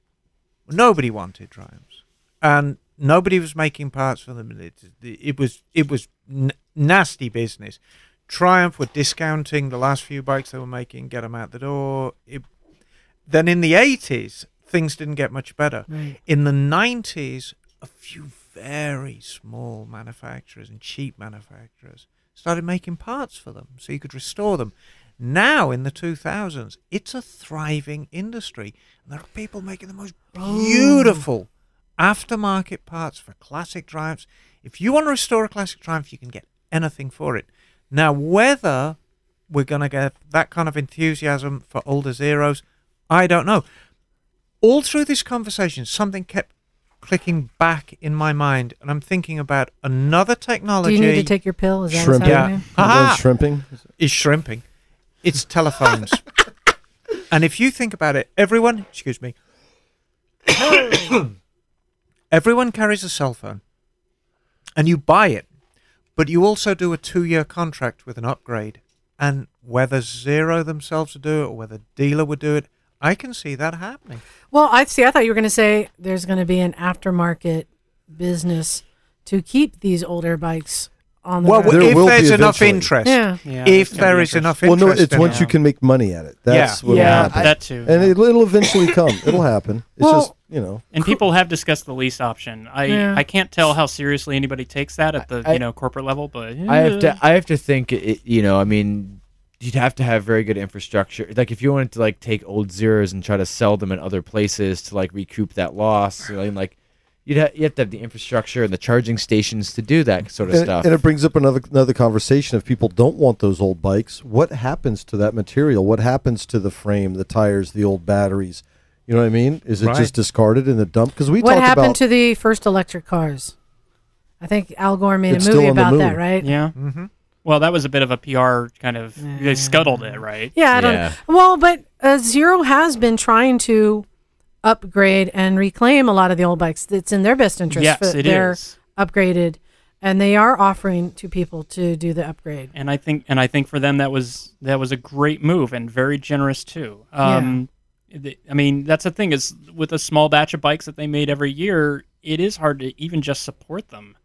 S6: when nobody wanted Triumphs, and nobody was making parts for them. and It, it was it was n- nasty business. Triumph were discounting the last few bikes they were making, get them out the door. It, then in the 80s, things didn't get much better.
S1: Right.
S6: In the 90s, a few very small manufacturers and cheap manufacturers started making parts for them so you could restore them. Now, in the 2000s, it's a thriving industry. And there are people making the most beautiful aftermarket parts for classic Triumphs. If you want to restore a classic Triumph, you can get anything for it. Now, whether we're going to get that kind of enthusiasm for older Zeros, I don't know all through this conversation, something kept clicking back in my mind, and I'm thinking about another
S1: Do
S6: technology.
S1: you need to take your pill? Is that what's
S2: Shrimping.
S6: yeah,
S1: happening?
S2: Everyone's
S6: Ah,
S2: shrimping.
S6: is shrimping. It's telephones. and if you think about it, everyone, excuse me, everyone carries a cell phone, and you buy it, but you also do a two-year contract with an upgrade. And whether Zero themselves would do it or whether dealer would do it, I can see that happening.
S1: Well, I see. I thought you were going to say there's going to be an aftermarket business to keep these older bikes on the
S6: Well,
S1: road.
S2: There
S6: if
S2: will be
S6: there's enough
S2: eventually.
S6: interest,
S1: Yeah.
S7: Yeah,
S6: if
S7: it's gonna
S6: there
S7: be
S6: is
S7: interesting.
S6: enough
S2: Well,
S6: interest,
S2: no, it's
S6: in
S2: once
S6: it.
S2: you can make money at it. That's
S6: Yeah.
S2: what will
S7: yeah,
S2: happen.
S7: that too.
S2: and it, it'll eventually come. It'll happen. It's
S1: Well-
S2: just you know.
S7: And people have discussed the lease option. I,
S1: Yeah.
S7: I can't tell how seriously anybody takes that at the
S4: I-
S7: you know corporate level, but
S4: I have to. I have to think. It, you know, I mean, you'd have to have very good infrastructure. Like, if you wanted to like take old zeros and try to sell them in other places to like recoup that loss, I mean, like, you'd ha- you have to have the infrastructure and the charging stations to do that sort of
S2: And,
S4: stuff.
S2: It, and it brings up another another conversation. If people don't want those old bikes, what happens to that material? What happens to the frame, the tires, the old batteries? You know what I mean? Is it
S6: Right.
S2: just discarded in the dump? Because we
S1: What
S2: talked
S1: happened
S2: about
S1: to the first electric cars? I think Al Gore made
S2: It's
S1: a
S2: still
S1: movie
S2: on the
S1: about
S2: moon.
S1: that, right?
S7: yeah. Well, that was a bit of a PR kind of. They scuttled it, right?
S1: Yeah, I don't.
S4: Yeah.
S1: Well, but uh, Zero has been trying to upgrade and reclaim a lot of the old bikes. It's in their best interest.
S7: Yes,
S1: that
S7: it
S1: they're
S7: is.
S1: upgraded, and they are offering to people to do the upgrade.
S7: and I think and I think for them that was that was a great move and very generous too. Um, th- I mean that's the thing is with a small batch of bikes that they made every year, it is hard to even just support them.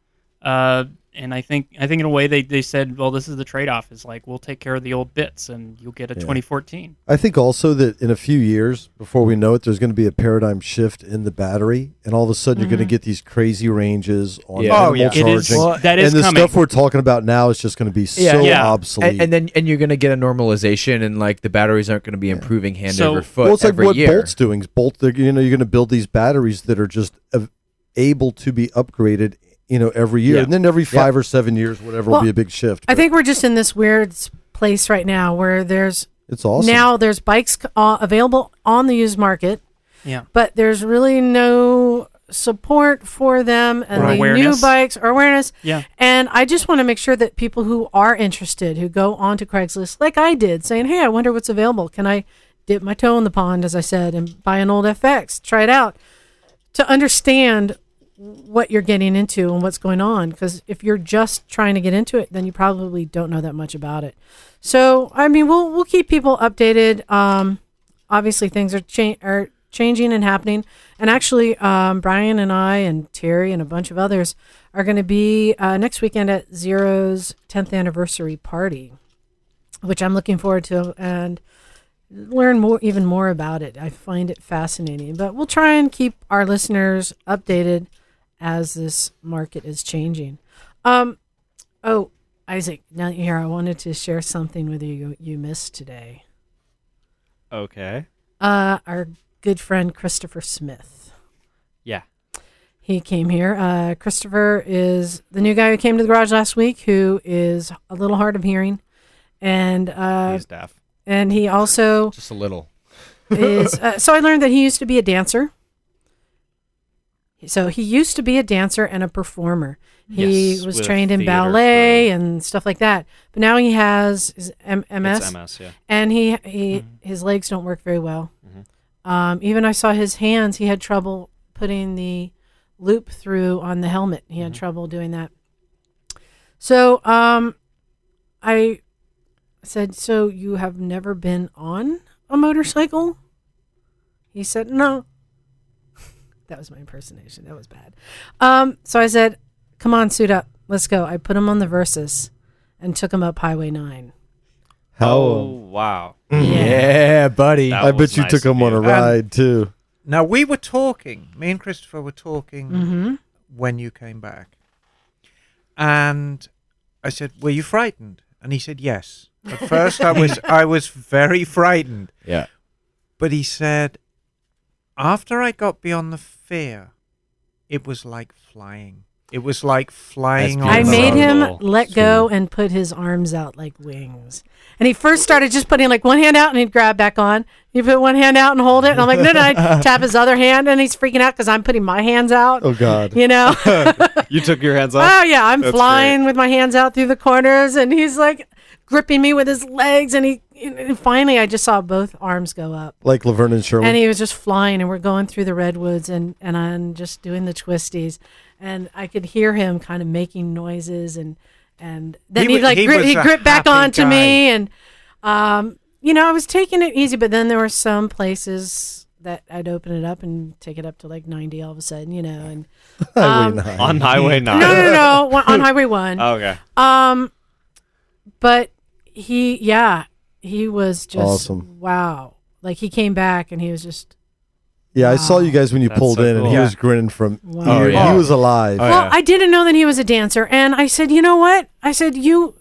S7: Uh, and I think I think in a way they, they said, well, this is the trade off is like we'll take care of the old bits and you'll get a 2014.
S2: I think also that in a few years, before we know it, there's going to be a paradigm shift in the battery, and all of a sudden you're going
S1: Mm-hmm.
S2: to get these crazy ranges on
S4: Yeah.
S2: minimal
S4: Oh, yeah.
S7: It
S2: charging.
S7: is that is
S2: and the
S7: coming.
S2: stuff we're talking about now is just going to be so
S4: Yeah.
S7: Yeah.
S2: obsolete.
S4: and, and then and you're gonna get a normalization, and like the batteries aren't gonna be improving hand
S7: So-
S4: over foot
S2: well, it's like
S4: every
S2: what
S4: year.
S2: Bolt's doing. Bolt, they're- you know, you're going to build these batteries that are just av- able to be upgraded, you know, every year,
S4: Yeah.
S2: and then every five or seven years, whatever,
S1: Well,
S2: will be a big shift.
S1: I
S2: But
S1: think we're just in this weird s- place right now where there's
S2: it's awesome.
S1: now there's bikes c- uh, available on the used market,
S7: yeah.
S1: but there's really no support for them and
S7: Or
S1: the
S7: awareness.
S1: new bikes or awareness.
S7: Yeah.
S1: And I just want to make sure that people who are interested, who go onto Craigslist, like I did, saying, "Hey, I wonder what's available. Can I dip my toe in the pond, as I said, and buy an old FX, try it out, to understand what you're getting into and what's going on? Because if you're just trying to get into it, then you probably don't know that much about it. So, I mean, we'll we'll keep people updated. Um, obviously, things are cha- are changing and happening. And actually, um, Brian and I and Terry and a bunch of others are going to be uh, next weekend at Zero's 10th anniversary party, which I'm looking forward to and learn more, even more about it. I find it fascinating. But we'll try and keep our listeners updated as this market is changing. Um, oh, Isaac, now that you're here, I wanted to share something with you you missed today.
S3: Okay.
S1: Uh, our good friend Christopher Smith.
S3: Yeah.
S1: He came here. Uh, Christopher is the new guy who came to the garage last week, who is a little hard of hearing, and uh,
S3: He's deaf.
S1: and he also
S4: Just a little.
S1: is. Uh, so I learned that he used to be a dancer. So he used to be a dancer and a performer. He
S3: Yes,
S1: was
S3: with a
S1: trained in
S3: theater
S1: ballet and stuff like that. But now he has is M- MS
S3: It's MS. Yeah.
S1: and he he his legs don't work very well. Um, even I saw his hands; he had trouble putting the loop through on the helmet. He had trouble doing that. So um, I said, "So you have never been on a motorcycle?" He said, "No." that was my impersonation. That was bad. Um, so I said, "Come on, suit up. Let's go." I put him on the Versus and took him up Highway Nine.
S2: How? um,
S3: oh wow.
S4: Yeah, buddy.
S3: That
S2: I bet
S3: was
S2: you
S3: nice
S2: took
S3: of
S2: him on a
S3: you.
S2: ride too.
S6: Now we were talking. Me and Christopher were talking
S1: Mm-hmm.
S6: when you came back, and I said, "Were you frightened?" And he said, "Yes." At first, I was I was very frightened,
S4: Yeah.
S6: but he said, "After I got beyond the fear, it was like flying. It was like flying."
S4: Yeah,
S1: I
S6: on
S4: that's
S6: the
S1: made
S6: road."
S1: him
S3: adorable.
S1: let go and put his arms out like wings. And he first started just putting like one hand out and he'd grab back on. He put one hand out and hold it. And I'm like, no, no, I tap his other hand and he's freaking out because I'm putting my hands out.
S2: Oh God.
S1: You know?
S3: You took your hands
S1: oh, yeah, I'm
S3: That's
S1: flying with my hands out through the corners and he's like gripping me with his legs. And he and finally, I just saw both arms go up.
S2: Like Laverne and Shirley.
S1: And he was just flying, and we're going through the redwoods, and and I'm just doing the twisties, and I could hear him kind of making noises, and and then
S6: He
S1: he,
S6: wa-
S1: like
S6: he
S1: grip,
S6: was
S1: he
S6: a
S1: gripped back
S6: happy
S1: onto
S6: guy.
S1: me, and um, you know, I was taking it easy, but then there were some places that I'd open it up and take it up to like 90 all of a sudden, you know, and
S2: Highway
S1: um,
S2: nine.
S3: on Highway
S1: no,
S3: Nine.
S1: no, no, no, one- on Highway One,
S6: Uh,
S3: Okay.
S1: um, but he, yeah, he was just
S2: Awesome.
S1: wow. Like he came back and he was just
S2: yeah, I saw you guys when you
S3: That's
S2: pulled
S3: so
S2: in, and he
S3: cool.
S2: was grinning from.
S1: Wow.
S2: ear-
S4: Oh, yeah.
S2: He was alive.
S4: Oh,
S1: well,
S4: yeah.
S1: I didn't know that he was a dancer, and I said, you know what? I said, you,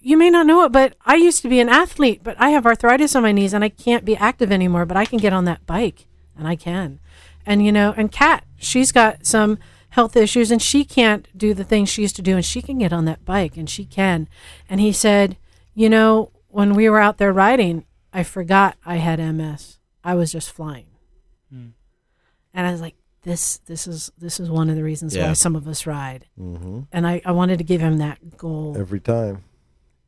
S1: you may not know it, but I used to be an athlete, but I have arthritis on my knees, and I can't be active anymore. But I can get on that bike, and I can, and you know, and Kat, she's got some health issues, and she can't do the things she used to do, and she can get on that bike, and she can. And he said, you know, when we were out there riding, I forgot I had MS. I was just flying and I was like, this this is this is one of the reasons
S4: Yeah.
S1: why some of us ride.
S2: hmm
S1: And I, I wanted to give him that goal,
S2: Every time.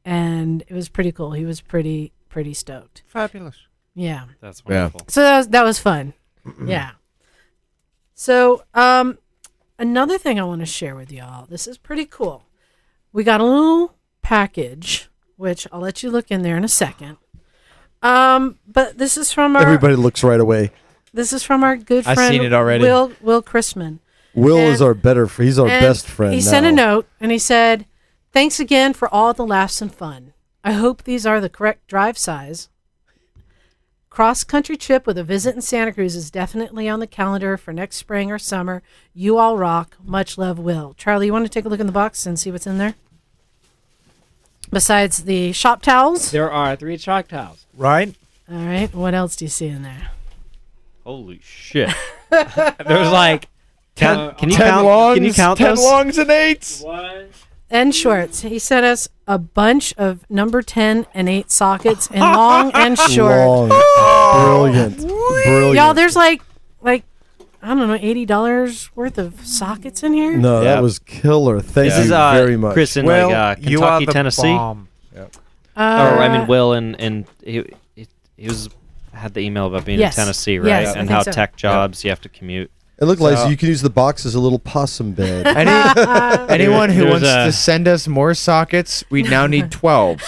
S1: and it was pretty cool. He was pretty pretty stoked.
S6: Fabulous.
S1: Yeah.
S3: That's
S4: Yeah.
S3: wonderful.
S1: So that was that was fun. yeah. So um, another thing I want to share with y'all. This is pretty cool. We got a little package, which I'll let you look in there in a second. Um, but this is from our
S2: Everybody looks right away.
S1: this is from our good
S4: I've
S1: friend
S4: seen it already.
S1: Will Will Chrisman.
S2: Will is
S1: And-
S2: our better. fr- He's our
S1: And
S2: best friend.
S1: He
S2: now.
S1: sent a note and he said, "Thanks again for all the laughs and fun. I hope these are the correct drive size. Cross country trip with a visit in Santa Cruz is definitely on the calendar for next spring or summer. You all rock. Much love, Will. Charlie, you want to take a look in the box and see what's in there? Besides the shop towels,
S5: There are three chalk tiles.
S6: Right?
S1: all right. What else do you see in there?
S3: Holy shit.
S5: There's like
S3: Ten,
S5: Uh,
S3: can you count? can you count
S4: ten
S3: those?
S4: longs and eights.
S5: one.
S1: and shorts. He sent us a bunch of number 10 and 8 sockets in long and short.
S2: Long, brilliant, brilliant.
S1: Y'all, there's like, like, I don't know, $80 worth of sockets in here.
S2: no,
S3: Yeah.
S2: that was killer. Thank
S3: This
S2: you
S3: is uh,
S2: very much.
S3: Chris in
S6: well,
S3: like uh, Kentucky,
S6: you are the
S3: Tennessee.
S6: bomb.
S3: or Oh, I mean
S1: Uh,
S3: Will and and he he, he was had the email about being
S1: Yes.
S3: in Tennessee, right?
S1: Yes, I
S3: and
S1: think
S3: how
S1: so.
S3: tech jobs you have to commute.
S2: it looked
S4: So-
S3: uh,
S2: like you can use the box as a little possum bed.
S4: Any, anyone who
S3: There's
S4: wants
S3: a-
S4: to send us more sockets, we now need 12s.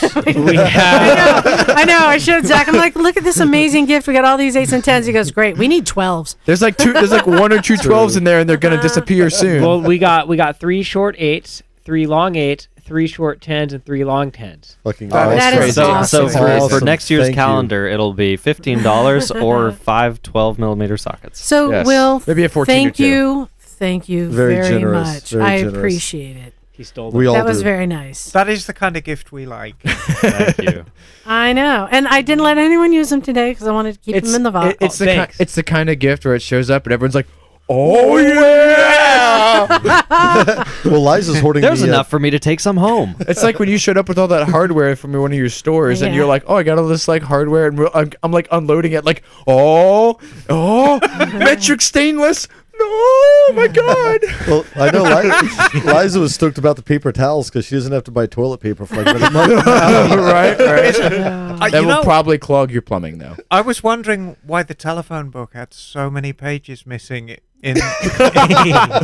S3: We
S1: I
S3: have
S1: know, I know. I showed Zach. I'm like, look at this amazing gift. We got all these eights and tens. He goes, great. We need twelves.
S4: There's like two there's like one or two 12s in there and they're going to disappear soon.
S5: Well, we got we got three short eights, three long eights, three short tens, and three long tens.
S2: Fucking
S4: That
S2: awesome.
S1: That is
S3: so,
S1: awesome.
S3: so for,
S2: Awesome.
S3: for next year's
S2: Thank you.
S3: calendar, it'll be fifteen dollars or five 12 millimeter sockets.
S1: So,
S4: Yes.
S1: Will,
S4: Maybe a 14 or
S1: thank
S4: two.
S1: you. Thank you
S2: Very
S1: very,
S2: generous,
S1: much.
S2: very
S1: I
S2: generous.
S1: appreciate it.
S5: He stole them.
S2: We all
S1: that was
S2: do.
S1: very nice.
S6: That is the kind of gift we like.
S3: Thank you.
S1: I know. And I didn't let anyone use them today because I wanted to keep them in the box.
S4: it- it's,
S5: Oh,
S4: the ki-
S5: thanks.
S4: it's the kind of gift where it shows up and everyone's like, oh yeah.
S2: Well, Liza's hoarding
S3: There's
S2: the, uh,
S3: enough for me to take some home.
S4: it's like when you showed up with all that hardware from one of your stores and
S1: Yeah.
S4: you're like, oh, I got all this like hardware and we're- I'm, I'm like unloading it like, oh, oh, metric stainless, oh my god.
S2: Well, I know Liza, Liza was stoked about the paper towels because she doesn't have to buy toilet paper for like another month.
S4: right, right.
S1: Yeah.
S6: Uh,
S4: That
S6: you
S4: will
S6: know,
S4: probably clog your plumbing though.
S6: I was wondering why the telephone book had so many pages missing. In
S1: Oh,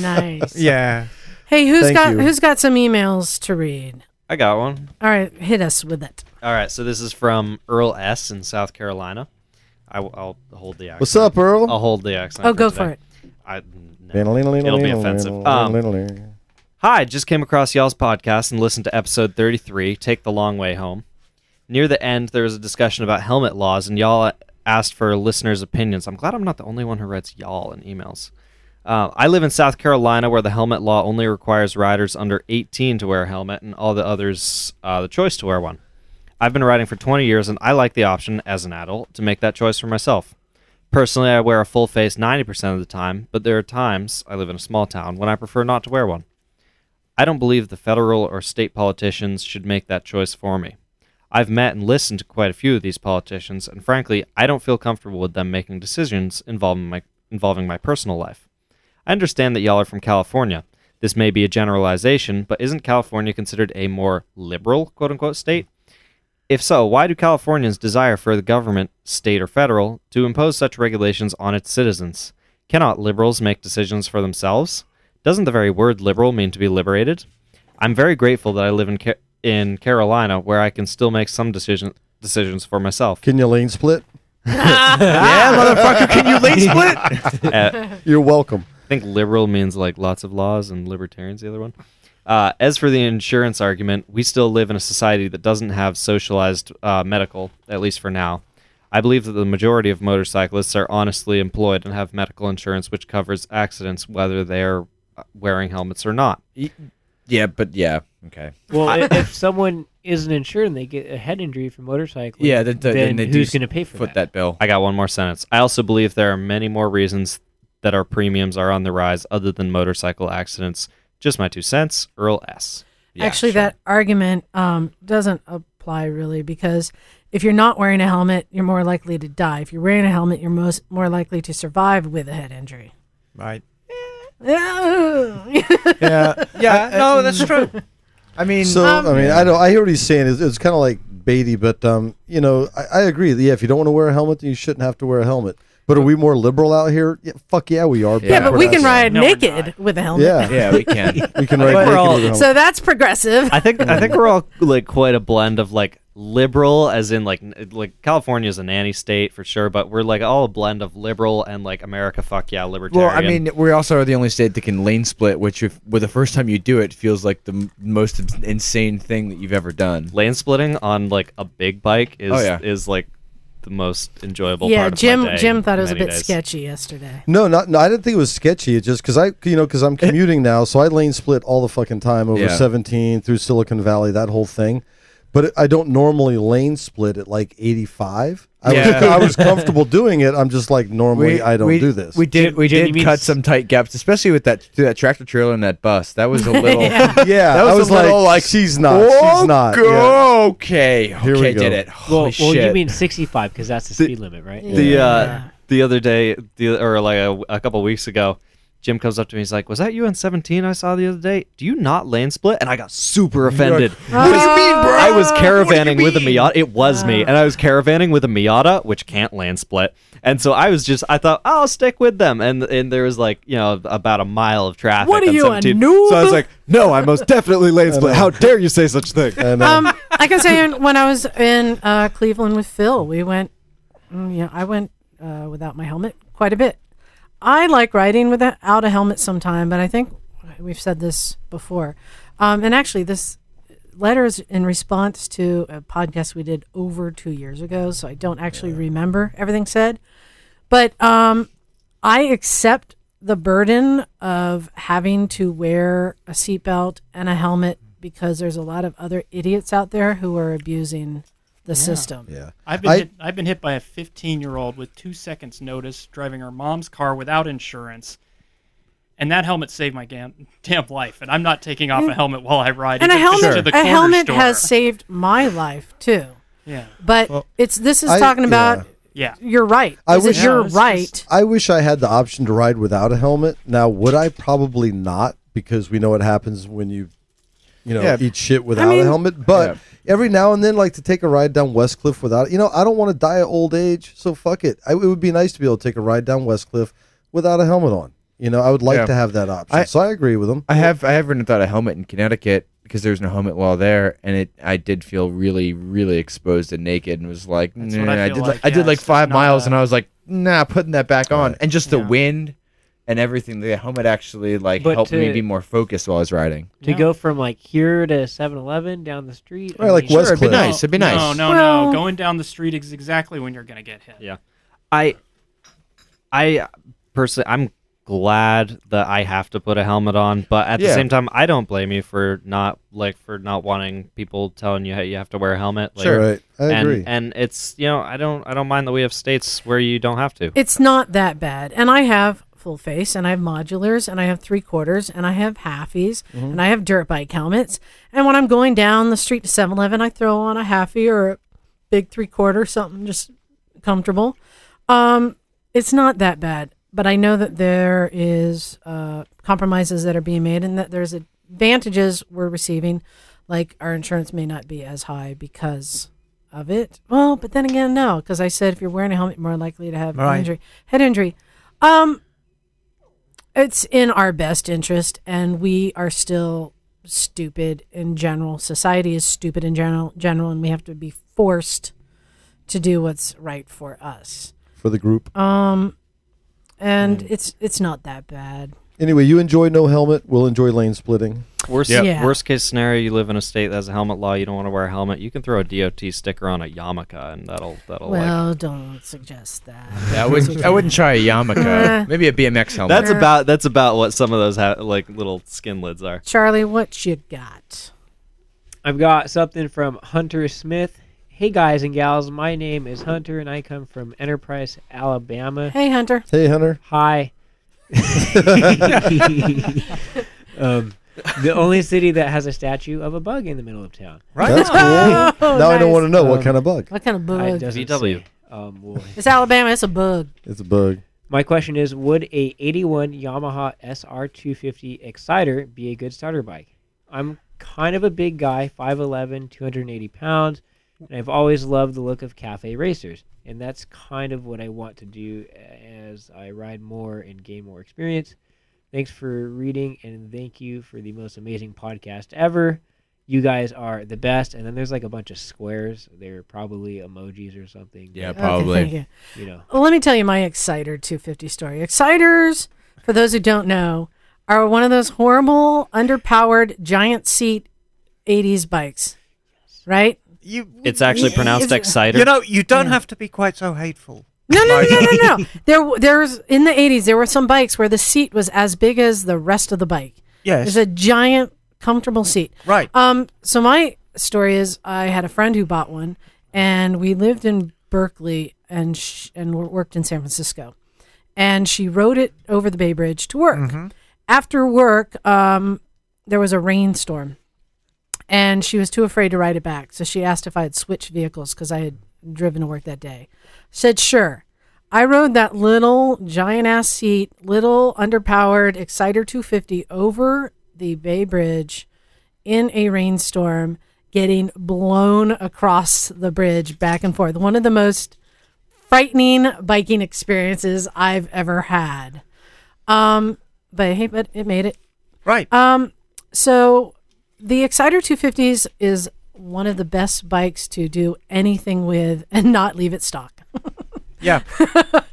S1: nice.
S6: yeah,
S1: Hey, who's
S2: Thank
S1: got
S2: you.
S1: who's got some emails to read?
S3: I got one.
S1: All right, hit us with it.
S3: All right, so this is from Earl S. in South Carolina. I, will hold the accent.
S2: What's up, Earl?
S3: I'll hold the accent.
S1: Oh, go for
S3: today.
S1: it.
S3: I, no.
S2: It'll
S3: be offensive. Um, Hi, just came across y'all's podcast and listened to episode 33, Take the Long Way Home. Near the end, there was a discussion about helmet laws, and y'all asked for listeners' opinions. I'm glad I'm not the only one who writes y'all in emails. Uh, I live in South Carolina, where the helmet law only requires riders under 18 to wear a helmet, and all the others uh, the choice to wear one. I've been riding for 20 years, and I like the option as an adult to make that choice for myself. Personally, I wear a full face 90% of the time, but there are times I live in a small town when I prefer not to wear one. I don't believe the federal or state politicians should make that choice for me. I've met and listened to quite a few of these politicians, and frankly, I don't feel comfortable with them making decisions involving my, involving my personal life. I understand that y'all are from California. This may be a generalization, but isn't California considered a more liberal, quote unquote, state? If so, why do Californians desire for the government, state or federal, to impose such regulations on its citizens? Cannot liberals make decisions for themselves? Doesn't the very word liberal mean to be liberated? I'm very grateful that I live in Ca- in Carolina where I can still make some decision- decisions for myself.
S2: Can you lane split?
S4: yeah, motherfucker, can you lane split?
S3: Uh,
S2: You're welcome.
S3: I think liberal means like lots of laws and libertarians the other one. Uh, as for the insurance argument, we still live in a society that doesn't have socialized uh, medical, at least for now. I believe that the majority of motorcyclists are honestly employed and have medical insurance, which covers accidents whether they're uh, wearing helmets or not.
S4: yeah, but yeah. Okay.
S5: Well, i- if someone isn't insured and they get a head injury from motorcycling,
S4: Yeah, that- that-
S5: then
S4: then they do
S5: who's
S4: s-
S5: going to pay for
S4: Foot
S5: that?
S4: that bill.
S3: I got one more sentence. I also believe there are many more reasons that our premiums are on the rise other than motorcycle accidents. Just my two cents, Earl S.
S4: Yeah,
S1: Actually,
S4: sure.
S1: that argument um, doesn't apply really because if you're not wearing a helmet, you're more likely to die. If you're wearing a helmet, you're most more likely to survive with a head injury.
S6: right.
S4: Yeah.
S6: Yeah, no, that's true.
S4: Uh, I
S1: Um,
S4: mean
S2: So I mean, I know I hear what he's saying. It's, it's kind of like Beatty, but um, you know, I, I agree. Yeah, if you don't want to wear a helmet, then you shouldn't have to wear a helmet. But are we more liberal out here? Yeah, fuck yeah, we are.
S1: yeah, but we
S2: we're
S1: can
S2: not-
S1: ride
S7: No, we're
S1: naked with a helmet.
S2: Yeah,
S4: yeah, we can.
S2: we can ride
S3: We're
S2: naked
S3: all-
S2: with a helmet.
S1: So that's progressive.
S3: I think I think we're all like quite a blend of like liberal, as in like n- like California is a nanny state for sure, but we're like all a blend of liberal and like America, fuck yeah,
S4: Well,
S3: libertarian.
S4: I mean, we also are the only state that can lane split, which, if with the first time you do it, feels like the m- most ins- insane thing that you've ever done.
S3: lane splitting on like a big bike is
S4: Oh, yeah.
S3: is like the most enjoyable.
S1: yeah,
S3: part of my
S1: Jim.
S3: day
S1: Jim thought it was a
S3: many
S1: bit
S3: days.
S1: sketchy yesterday.
S2: No, not no. I didn't think it was sketchy. It just because I, you know, because I'm commuting now, so I lane split all the fucking time over
S4: Yeah.
S2: 17 through Silicon Valley, that whole thing. But it- I don't normally lane split at like 85. I, was,
S4: Yeah.
S2: I was comfortable doing it. I'm just like normally I don't
S4: we-
S2: do this.
S4: We did. We
S5: Jim, you
S4: did
S5: mean
S4: cut
S5: s-
S4: some tight gaps, especially with that through that tractor trailer and that bus. That was a little.
S2: yeah,
S4: That was
S2: I
S4: a
S2: was like,
S4: little like,
S2: she's not,
S4: Oh,
S2: she's not.
S4: go-
S2: yeah.
S4: Okay.
S2: Here we
S4: okay,
S2: go.
S4: did it.
S5: Well,
S4: Holy
S5: well,
S4: shit.
S5: you mean 65 because that's the speed limit, right?
S3: The uh, the other day, the or like a, a couple weeks ago, Jim comes up to me. He's like, "Was that you in 17 I saw the other day? Do you not lane split?" And I got super offended.
S1: What do you mean, bro?
S3: I was caravanning with a Miata. It was me, and I was caravanning with a Miata, which can't land split. And so I was just, I thought, I'll stick with them. And and there was like, you know, about a mile of traffic.
S1: What are
S3: on
S1: you, a
S3: 17.
S1: noob?
S3: So I was like, no, I most definitely lane split. How dare you say such thing?
S2: And, uh,
S1: Um, I can say in- when I was in uh, Cleveland with Phil, we went. mm, You know, I went uh, without my helmet quite a bit. I like riding without a helmet sometime, but I think we've said this before. Um, and actually, this letter is in response to a podcast we did over two years ago, so I don't actually remember everything said. But um, I accept the burden of having to wear a seatbelt and a helmet because there's a lot of other idiots out there who are abusing the system.
S2: yeah.
S7: I've been
S2: I-
S7: hit, I've been hit by a 15 year old with two seconds notice driving her mom's car without insurance, and that helmet saved my damn damn life. And I'm not taking off a helmet while I ride.
S1: Mm. And
S7: into
S1: a helmet,
S7: the- to the
S1: a
S7: corner
S1: helmet
S7: store.
S1: has saved my life too.
S7: yeah.
S1: But it's this is
S2: I-
S1: talking about
S7: Yeah.
S1: You're right.
S2: I
S1: Is it
S2: wish- Yeah,
S1: you're
S7: it's just-
S1: right.
S2: I wish I had the option to ride without a helmet. Now, would I probably not because we know what happens when you, you know,
S4: Yeah.
S2: eat shit without a
S1: mean-
S2: helmet. But every now and then, like to take a ride down West Cliff without, you know, I don't want to die of old age, so fuck it. I, it would be nice to be able to take a ride down West Cliff without a helmet on. You know, I would like
S4: Yeah.
S2: to have that option.
S4: I-
S2: so I agree with him.
S4: I have I have ridden without a helmet in Connecticut because there was no helmet law there, and it I did feel really really exposed and naked, and was like,
S7: That's
S4: nah,
S7: what I
S4: I,
S7: feel
S4: did like,
S7: like,
S4: I
S7: yeah,
S4: did like
S7: it's just
S4: five
S7: not
S4: miles,
S7: a-
S4: and I was like, nah, putting that back on, and just the
S7: Yeah.
S4: wind and everything. The helmet actually like
S5: But
S4: helped me
S5: to-
S4: be more focused while I was riding.
S5: to
S7: Yeah.
S5: go from like here to 7-Eleven down the street. I
S2: Right, like
S5: mean,
S2: West
S4: sure, it'd be
S2: Cliff.
S4: nice. It'd be nice.
S7: No, no,
S1: Well-
S7: no. Going down the street is exactly when you're going to get hit.
S3: Yeah. I I personally I'm glad that I have to put a helmet on, but at the
S4: Yeah.
S3: same time I don't blame you for not like for not wanting people telling you how you have to wear a helmet. Like,
S4: Sure.
S2: Right. I
S3: and,
S2: agree.
S3: And it's you know, I don't I don't mind that we have states where you don't have to.
S1: It's not that bad. And I have full face and I have modulars and I have three quarters and I have halfies and I have dirt bike helmets. And when I'm going down the street to 7 Eleven, I throw on a halfie or a big three quarter, something just comfortable. Um, it's not that bad. But I know that there is uh, compromises that are being made and that there's advantages we're receiving. Like our insurance may not be as high because of it. Well, but then again, no, because I said if you're wearing a helmet, you're more likely to have an
S6: Right.
S1: injury, head injury. Um, it's in our best interest, and we are still stupid in general. Society is stupid in general, general, and we have to be forced to do what's right for us.
S2: for the group.
S1: Um, and it's it's not that bad.
S2: Anyway, you enjoy no helmet. We'll enjoy lane splitting.
S3: Worst
S1: Yep. Yeah.
S3: worst case scenario, you live in a state that has a helmet law, you don't want to wear a helmet, you can throw a DOT sticker on a yarmulke and that'll that'll like
S1: Well, don't suggest that.
S4: Yeah, I wouldn't I wouldn't try a yarmulke. Maybe a BMX helmet.
S3: that's
S1: Yeah.
S3: about that's about what some of those ha- like little skin lids are.
S1: Charlie, what you got?
S5: I've got something from Hunter Smith. Hey guys and gals, my name is Hunter and I come from Enterprise, Alabama.
S1: Hey, Hunter.
S2: Hey, Hunter.
S5: Hi. um, the only city that has a statue of a bug in the middle of town.
S6: Right.
S2: That's cool. now I don't
S1: nice.
S2: want to know what
S5: Um,
S2: kind of bug.
S1: What kind of
S5: I- it
S1: bug?
S5: doesn't
S3: VW.
S5: say. Um, well,
S1: It's Alabama. It's a bug.
S2: It's a bug.
S5: my question is: Would a '81 Yamaha SR250 Exciter be a good starter bike? I'm kind of a big guy, 5'11", 280 pounds, and I've always loved the look of cafe racers, and that's kind of what I want to do as I ride more and gain more experience. Thanks for reading, and thank you for the most amazing podcast ever. You guys are the best. And then there's like a bunch of squares. They're probably emojis or something.
S4: yeah,
S1: Okay, thank
S4: probably.
S1: you.
S5: You know.
S1: Well, let me tell you my Exciter 250 story. Exciters, for those who don't know, are one of those horrible, underpowered, giant seat 80s bikes, right?
S6: You
S3: It's actually
S1: Yeah,
S3: pronounced
S1: it's-
S3: exciter.
S6: you know you don't
S1: Yeah.
S6: have to be quite so hateful.
S1: No, no, no, no, no, no. There, there's in the 80s, there were some bikes where the seat was as big as the rest of the bike.
S6: Yes.
S1: It's a giant, comfortable seat.
S6: right.
S1: Um, so my story is I had a friend who bought one, and we lived in Berkeley and sh- and wor- worked in San Francisco, and she rode it over the Bay Bridge to work. After work, um, there was a rainstorm, and she was too afraid to ride it back, so she asked if I had switched vehicles because I had driven to work that day. Said sure. I rode that little giant ass seat, little underpowered Exciter 250 over the Bay Bridge in a rainstorm getting blown across the bridge back and forth. One of the most frightening biking experiences I've ever had. Um, but hey, but it made it.
S6: Right.
S1: Um, so the Exciter 250s is one of the best bikes to do anything with and not leave it stock.
S6: yeah.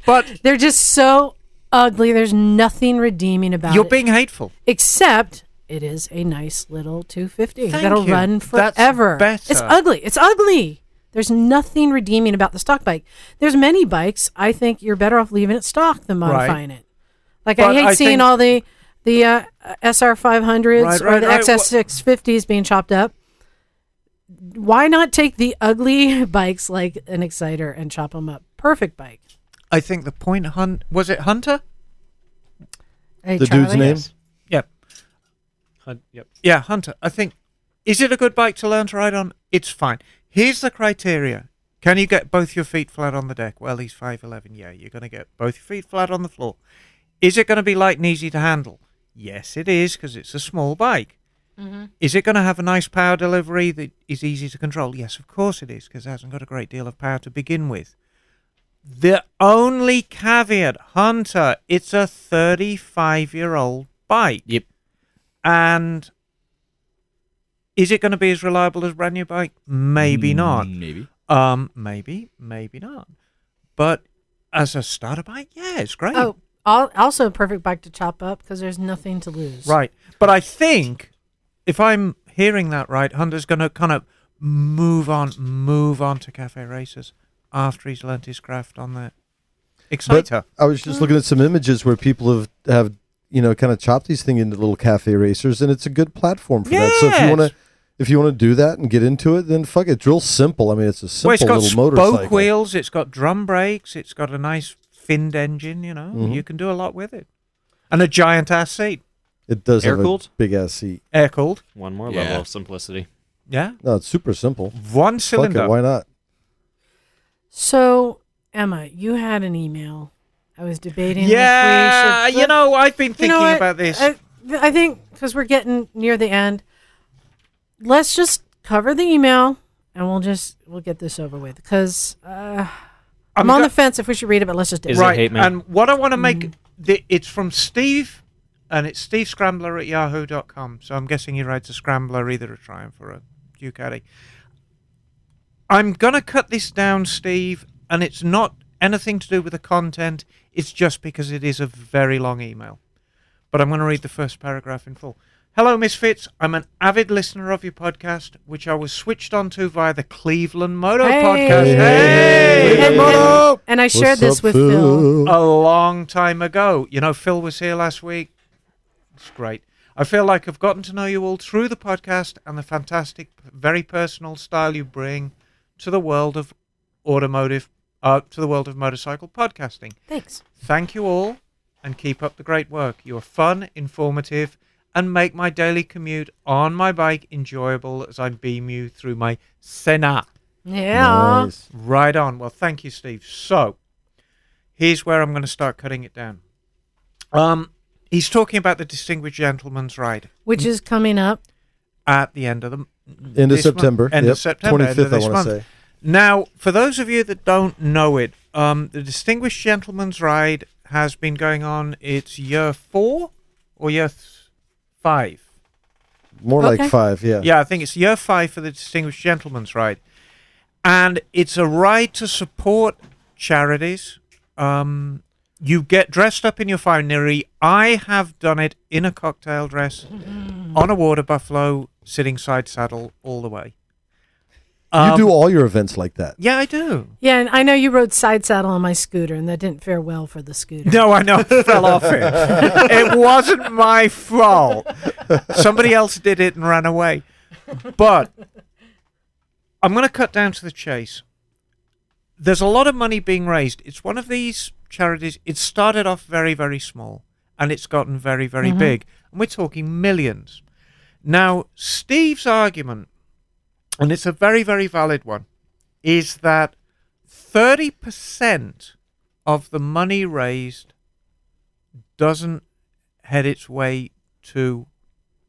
S6: But
S1: They're just so ugly. There's nothing redeeming about
S6: you're
S1: it
S6: being hateful.
S1: except it is a nice little 250
S6: Thank
S1: that'll
S6: you.
S1: run
S6: That's
S1: forever.
S6: better.
S1: It's ugly. It's ugly. There's nothing redeeming about the stock bike. There's many bikes I think you're better off leaving it stock than
S6: Right.
S1: modifying it. Like I
S6: But
S1: hate
S6: I
S1: seeing
S6: think-
S1: all the the uh, SR 500s
S6: Right,
S1: or
S6: right,
S1: the
S6: right.
S1: XS 650s being chopped up. Why not take the ugly bikes like an Exciter and chop them up? Perfect bike.
S6: I think the point Hun was it Hunter?
S1: Hey,
S2: The dude's
S1: Charlie?
S2: name?
S6: Yeah.
S5: Hun- yep.
S6: Yeah, Hunter. I think is it a good bike to learn to ride on? It's fine. Here's the criteria. Can you get both your feet flat on the deck? Well, he's 5'11. Yeah, you're going to get both your feet flat on the floor. Is it going to be light and easy to handle? Yes, it is because it's a small bike. Is it going to have a nice power delivery that is easy to control? Yes, of course it is because it hasn't got a great deal of power to begin with. The only caveat, Hunter, it's a 35 year old bike.
S4: Yep.
S6: And is it going to be as reliable as a brand new bike? Maybe not.
S4: Mm, Maybe.
S6: Um, maybe, maybe not. But as a starter bike, yeah, it's great.
S1: Oh, al- also a perfect bike to chop up because there's nothing to lose.
S6: Right. But I think if I'm hearing that right, Hunter's going to kind of move on, move on to cafe racers after he's learnt his craft on that
S2: But
S6: exciter.
S2: I was just looking at some images where people have have you know kind of chopped these things into little cafe racers, and it's a good platform for that. So if you
S6: Yes.
S2: want to. If you want to do that and get into it, then fuck it. It's real simple. I mean, it's a simple
S6: well, it's got
S2: little motorcycle.
S6: spoke wheels, it's got drum brakes, it's got a nice finned engine. You know,
S2: Mm-hmm.
S6: you can do a lot with it, and a giant ass seat,
S2: It does have a
S3: Air-cooled?
S2: big ass seat.
S6: air cooled.
S3: One more
S4: Yeah.
S3: level of simplicity.
S6: Yeah,
S2: No, it's super simple.
S6: one
S2: Fuck
S6: cylinder.
S2: it, why not?
S1: So, Emma, you had an email. I was debating. if we
S6: yeah,
S1: should-
S6: you know, I've been
S1: You
S6: thinking
S1: know what? Uh,
S6: about this.
S1: I, I think because we're getting near the end, let's just cover the email and we'll just we'll get this over with because uh, I'm on
S6: go-
S1: the fence if we should read it, but let's just do
S3: Is
S1: it.
S3: it
S6: right,
S3: hate mail? Mm.
S6: and what I want to make the, it's from Steve, and it's Steve Scrambler at yahoo.com. So I'm guessing he rides a Scrambler, either a Triumph or a Duke Eddy. I'm gonna cut this down, Steve, and it's not anything to do with the content. It's just because it is a very long email. But I'm going to read the first paragraph in full. Hello, Misfits. I'm an avid listener of your podcast, which I was switched onto via the Cleveland Moto
S1: Hey.
S6: podcast.
S1: Hey.
S6: Hey!
S1: And-
S2: Moto!
S1: and, and I shared
S2: What's
S1: this
S2: up,
S1: with Phil.
S6: a long time ago. You know, Phil was here last week. It's great. I feel like I've gotten to know you all through the podcast and the fantastic, very personal style you bring to the world of automotive, uh, to the world of motorcycle podcasting.
S1: Thanks.
S6: Thank you all and keep up the great work. You're fun, informative, and make my daily commute on my bike enjoyable as I beam you through my Senna.
S1: Yeah.
S2: Nice.
S6: Right on. Well, thank you, Steve. So, here's where I'm going to start cutting it down. Um, he's talking about the distinguished gentleman's ride
S1: Which is coming up.
S6: at the end of the
S2: End of
S6: this month-
S2: September.
S6: end
S2: Yep,
S6: of September,
S2: 25th,
S6: end of this
S2: I want
S6: month.
S2: to say.
S6: Now, for those of you that don't know it, um, the distinguished gentleman's ride has been going on. It's year four or year th- five.
S2: More
S1: Okay.
S2: like five, yeah.
S6: Yeah, I think it's year five for the Distinguished Gentleman's Ride. And it's a ride to support charities. Um, you get dressed up in your finery. I have done it in a cocktail dress on a water buffalo, sitting side saddle all the way. Um,
S2: you do all your events like that.
S6: Yeah, I do.
S1: Yeah, and I know you rode side saddle on my scooter, and that didn't fare well for the scooter.
S6: No, I know. I fell off it. It wasn't my fault. Somebody else did it and ran away. But I'm going to cut down to the chase. There's a lot of money being raised. It's one of these charities. It started off very, very small and it's gotten very, very big. And we're talking millions. Now, Steve's argument, and it's a very, very valid one, is that 30% of the money raised doesn't head its way to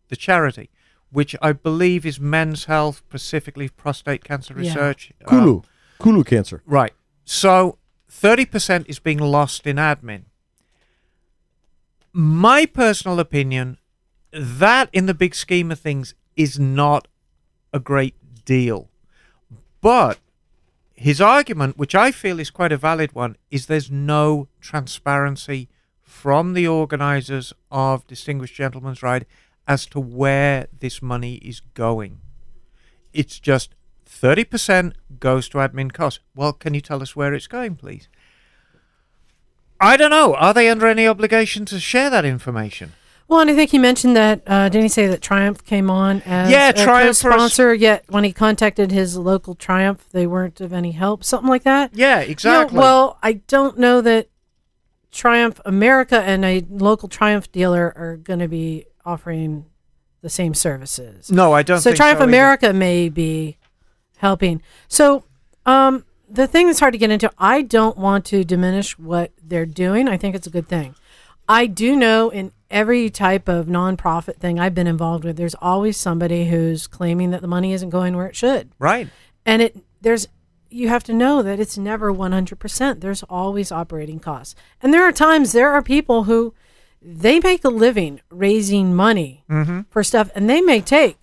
S6: the charity, which I believe is men's health, specifically prostate cancer
S1: Yeah.
S6: research. um,
S2: Kulu. Kulu cancer.
S6: Right. So 30% is being lost in admin. My personal opinion, that in the big scheme of things is not a great deal. But his argument, which I feel is quite a valid one, is there's no transparency from the organizers of Distinguished Gentleman's Ride as to where this money is going it's just 30% goes to admin costs. Well, can you tell us where it's going, please? I don't know. Are they under any obligation to share that information?
S1: Well, and I think he mentioned that uh, didn't he say that Triumph came on as
S6: Yeah,
S1: a
S6: Triumph for us-
S1: sponsor? Yet when he contacted his local Triumph, they weren't of any help, something like that.
S6: Yeah,
S1: You know,
S6: exactly.
S1: well, I don't know that Triumph America and a local Triumph dealer are going to be offering the same services.
S6: no, I don't
S1: so
S6: think
S1: Triumph
S6: so either.
S1: America may be helping. So, um, the thing that's hard to get into, I don't want to diminish what they're doing. I think it's a good thing. I do know in every type of nonprofit thing I've been involved with, there's always somebody who's claiming that the money isn't going where it should.
S6: Right.
S1: And it there's you have to know that it's never 100%. There's always operating costs. And there are times there are people who they make a living raising money for stuff and they may take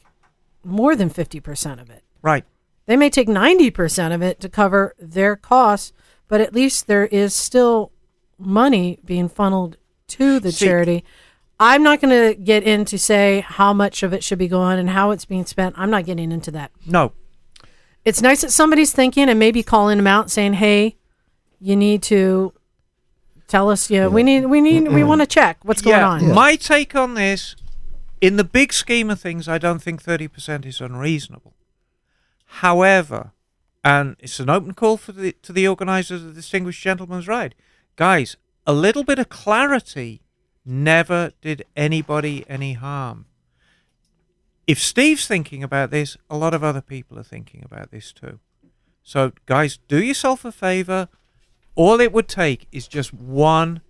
S1: more than 50% of it.
S6: Right.
S1: They may take 90% of it to cover their costs, but at least there is still money being funneled to the
S6: See-
S1: charity. I'm not going to get into say how much of it should be going and how it's being spent. I'm not getting into that.
S6: No.
S1: It's nice that somebody's thinking and maybe calling them out saying, "Hey, you need to tell us, you know, we need we need we want to check what's going
S6: yeah.
S1: on."
S6: My take on this, in the big scheme of things, I don't think 30% is unreasonable. However, and it's an open call for the, to the organisers of the Distinguished Gentleman's Ride. Guys, a little bit of clarity never did anybody any harm. If Steve's thinking about this, a lot of other people are thinking about this too. So, guys, do yourself a favor. All it would take is just one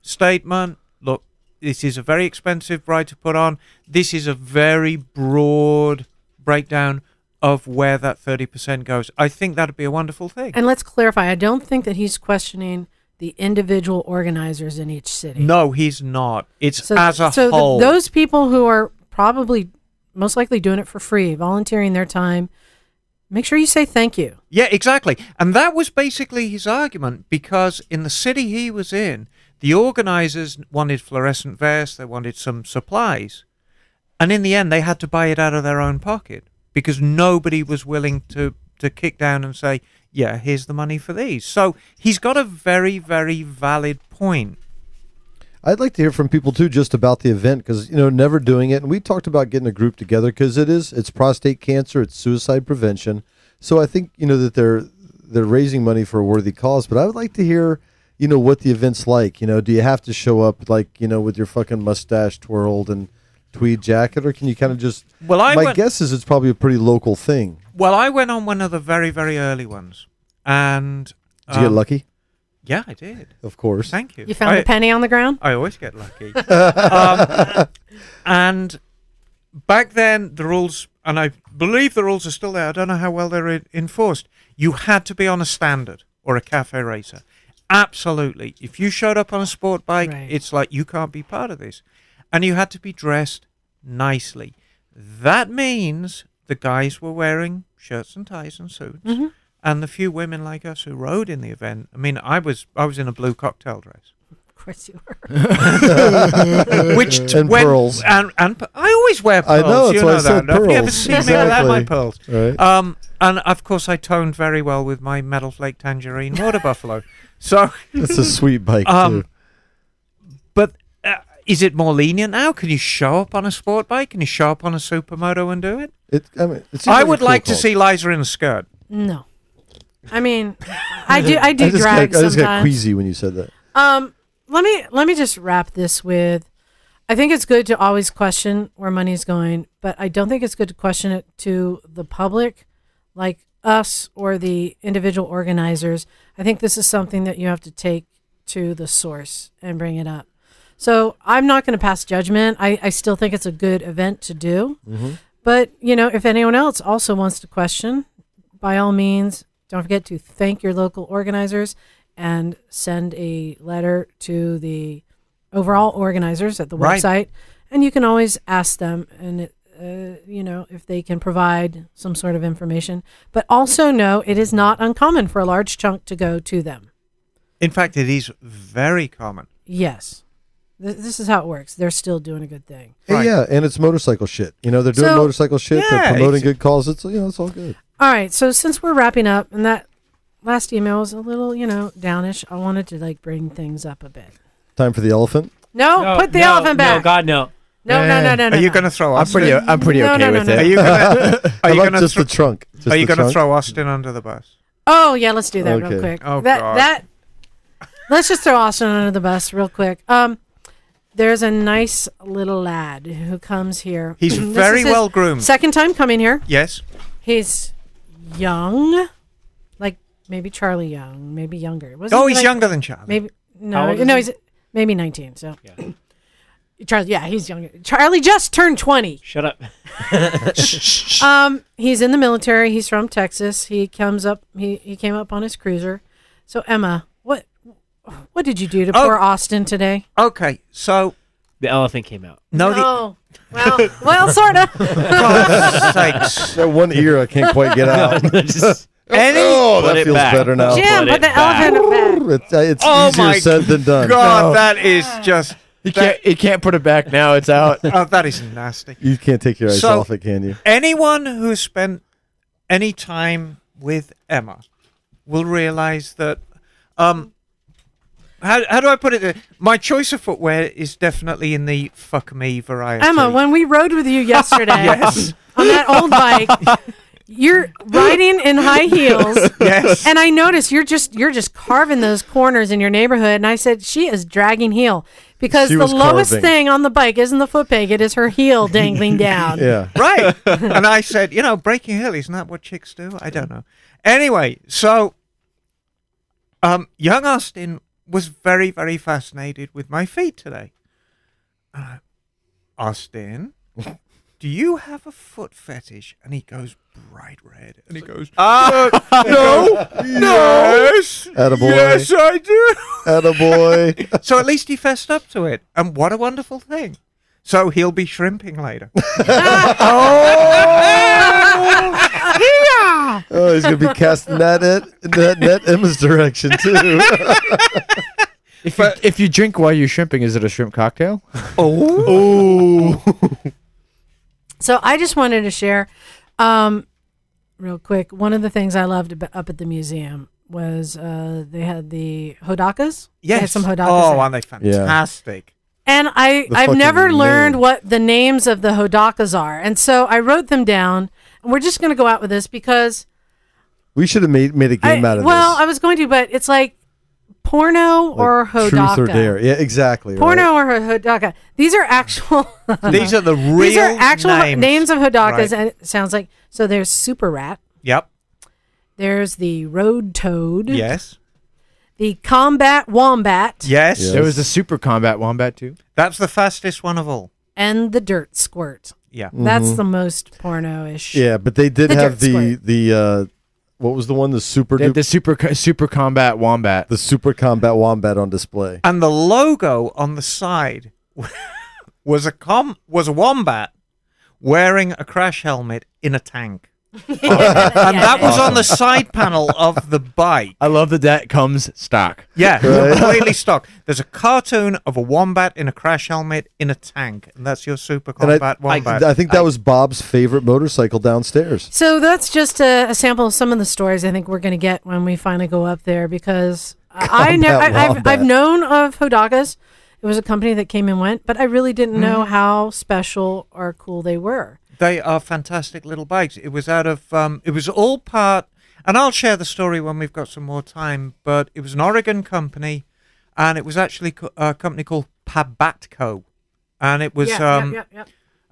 S6: statement. Look, this is a very expensive ride to put on. This is a very broad breakdown of where that 30% goes. I think that'd be a wonderful thing.
S1: And let's clarify, I don't think that he's questioning the individual organizers in each city.
S6: No, he's not. It's
S1: so,
S6: as a
S1: so th-
S6: whole.
S1: those people who are probably most likely doing it for free, volunteering their time, make sure you say thank you.
S6: Yeah, exactly. And that was basically his argument because in the city he was in, the organizers wanted fluorescent vests, they wanted some supplies. And in the end, they had to buy it out of their own pocket because nobody was willing to, to kick down and say, yeah, here's the money for these. So he's got a very, very valid point.
S2: I'd like to hear from people too, just about the event because you know never doing it, and we talked about getting a group together because it is it's prostate cancer, it's suicide prevention. So I think you know that they're they're raising money for a worthy cause, but I would like to hear you know what the event's like. You know, do you have to show up like you know with your fucking mustache twirled and tweed jacket, or can you kind of just?
S6: Well, I
S2: my
S6: went-
S2: guess is it's probably a pretty local thing.
S6: Well, I went on one of the very, very early ones. And.
S2: Did you get
S6: um,
S2: lucky?
S6: Yeah, I did.
S2: Of course.
S6: Thank you.
S1: You found
S6: I-
S1: a penny on the ground?
S6: I always get lucky. um, and back then, the rules, and I believe the rules are still there. I don't know how well they're en- enforced. You had to be on a standard or a cafe racer. Absolutely. If you showed up on a sport bike,
S1: Right.
S6: it's like you can't be part of this. And you had to be dressed nicely. That means the guys were wearing shirts and ties and suits.
S1: Mm-hmm.
S6: And the few women like us who rode in the event, I mean, I was I was in a blue cocktail dress
S1: Of course you were.
S6: which t-
S2: And
S6: when-
S2: pearls.
S6: and, and pe- I always wear
S2: I
S6: pearls.
S2: know, that's
S6: you
S2: why I
S6: know
S2: said
S6: that. Have you ever
S2: pearls.
S6: seen me without my
S2: Exactly.
S6: pearls?
S2: Right.
S6: Um, and of course, I toned very well with my metal flake tangerine water buffalo. So,
S2: That's a sweet bike
S6: Um,
S2: too.
S6: but uh, is it more lenient now? Can you show up on a sport bike? Can you show up on a supermoto and do it?
S2: It, I mean, it seems
S6: I
S2: a
S6: would
S2: cool
S6: like to
S2: cause.
S6: see Liza in a skirt.
S1: No. I mean, I do I do
S2: I just,
S1: drag
S2: got, I just got
S1: sometimes.
S2: queasy when you said that.
S1: Um, let me let me just wrap this with. I think it's good to always question where money's going, but I don't think it's good to question it to the public, like us or the individual organizers. I think this is something that you have to take to the source and bring it up. So I'm not going to pass judgment. I, I still think it's a good event to do. But, you know, if anyone else also wants to question, by all means, don't forget to thank your local organizers and send a letter to the overall organizers at the
S6: Right.
S1: website. And you can always ask them, and it, uh, you know, if they can provide some sort of information. But also know it is not uncommon for a large chunk to go to them.
S6: In fact, it is very common.
S1: Yes, Th- this is how it works. They're still doing a good thing.
S2: And
S6: Right.
S2: Yeah, and it's motorcycle shit. You know, they're doing
S1: So-
S2: motorcycle shit.
S6: Yeah,
S2: they're promoting
S6: it's-
S2: good causes. It's you know, it's all good.
S1: All right. So since we're wrapping up, and that last email was a little, you know, downish, I wanted to like bring things up a bit.
S2: Time for the elephant.
S1: No,
S5: No,
S1: put the
S5: no,
S1: elephant back.
S5: No, God, no.
S1: No, no, no, no, no.
S6: Eh. Are you
S1: no.
S6: going to throw
S4: I'm
S6: Austin?
S4: pretty. I'm pretty
S1: No,
S4: okay
S1: no, no,
S4: with
S1: no,
S4: it.
S1: no.
S6: Are you going
S2: I like
S6: to
S2: just the trunk. Just
S6: Are you
S2: the
S6: going
S2: trunk.
S6: to throw Austin under the bus?
S1: Oh yeah, let's do that
S2: Okay.
S1: real quick.
S6: Oh,
S1: that
S6: God.
S1: that. Let's just throw Austin under the bus real quick. Um, there's a nice little lad who comes here.
S6: He's
S1: This is
S6: very
S1: his
S6: well groomed.
S1: Second time coming here.
S6: yes.
S1: He's young, like Maybe Charlie Young, maybe younger. Was
S6: Oh, he's younger than Charlie.
S1: Maybe
S5: How
S1: no,
S5: old is
S1: no,
S5: he?
S1: he's maybe nineteen. So
S5: Yeah.
S1: Charlie, yeah, he's younger. Charlie just turned twenty.
S5: Shut up.
S1: Um, he's in the military. He's from Texas. He comes up. He, he came up on his cruiser. So Emma, what what did you do to
S6: Oh.
S1: poor Austin today?
S6: Okay, so
S5: The elephant came out.
S6: no, Oh, the
S1: well, well, sort of.
S6: sakes.
S2: That one ear I can't quite get out.
S6: Any-
S2: oh, that
S3: Put it
S2: feels
S3: back.
S2: better now.
S1: Jim,
S3: put
S1: put
S3: it
S1: the
S3: back.
S1: elephant back.
S2: It's, uh, it's
S6: Oh my
S2: easier said than done.
S6: God, that is just
S4: You can't. You can't put it back now. It's out.
S6: oh, that is nasty.
S2: You can't take your eyes
S6: So-
S2: off it, can you?
S6: Anyone who spent any time with Emma will realize that. Um, how, how do I put it? My choice of footwear is definitely in the fuck me variety.
S1: Emma, when we rode with you yesterday
S6: yes,
S1: on that old bike, you're riding in high heels.
S6: yes.
S1: And I noticed you're just you're just carving those corners in your neighborhood. And I said she is dragging heel because
S2: She
S1: the
S2: was
S1: lowest
S2: carving.
S1: thing on the bike isn't the foot peg; it is her heel dangling down.
S2: Yeah.
S6: right. and I said, you know, breaking hill isn't that what chicks do? I don't know. Anyway, so um, young Austin was very, very fascinated with my feet today. Uh, Austin, do you have a foot fetish? And he goes bright red, and he goes, Ah, no, yes,
S2: Attaboy.
S6: yes, I do.
S2: Attaboy.
S6: So at least he fessed up to it. And what a wonderful thing. So he'll be shrimping later.
S2: Oh, he's gonna be casting that at that net Emma's direction too.
S4: If you, if you drink while you're shrimping, is it a shrimp cocktail?
S6: Oh.
S1: So I just wanted to share, um, real quick. One of the things I loved ab- up at the museum was uh, they had the hodakas. They had
S6: Yes.
S1: some hodakas.
S6: oh,
S1: there.
S6: aren't they fantastic?
S1: And I,
S2: The
S1: I've
S2: fucking
S1: never
S2: name.
S1: learned what the names of the hodakas are, and so I wrote them down. And we're just going to go out with this because
S2: We should have made made a
S1: I,
S2: game out of
S1: well,
S2: this.
S1: I was going to, but it's like porno
S2: Like,
S1: or hodaka.
S2: Truth or dare. Yeah, exactly.
S1: Porno
S2: right?
S1: or ho- hodaka. These are actual.
S6: These are the real
S1: these are actual ho-
S6: names.
S1: names of hodakas,
S6: Right.
S1: and it sounds like so. There's super rat.
S6: Yep.
S1: There's the road toad.
S6: Yes.
S1: The combat wombat
S6: Yes.
S2: Yeah.
S4: There was a super combat wombat too.
S6: That's the fastest one of all.
S1: and the dirt squirt.
S6: Yeah.
S4: Mm.
S1: That's the most porno-ish.
S2: Mm-hmm. Yeah, but they did
S1: The
S2: have
S1: dirt
S2: the
S1: squirt.
S2: the uh, what was the one the super
S4: They had
S2: duper
S4: the super co- super combat wombat.
S2: the super combat wombat on display.
S6: And the logo on the side was a com was a wombat wearing a crash helmet in a tank. and that was on the side panel of the bike.
S4: I love that that comes stock.
S6: Yeah,
S2: Right.
S6: completely stock. There's a cartoon of a wombat in a crash helmet in a tank, and that's your super
S2: And I-
S6: combat wombat.
S2: I, I think that was Bob's favorite motorcycle downstairs.
S1: So that's just a, a sample of some of the stories I think we're going to get when we finally go up there because I I know
S2: Combat
S1: I, I've,
S2: wombat.
S1: I've known of Hodakas. It was a company that came and went, but I really didn't
S4: Mm-hmm.
S1: know how special or cool they were.
S6: they are fantastic little bikes. It was out of, um, it was all part, and I'll share the story when we've got some more time. But it was an Oregon company, and it was actually co- a company called Pabatco, and it was um,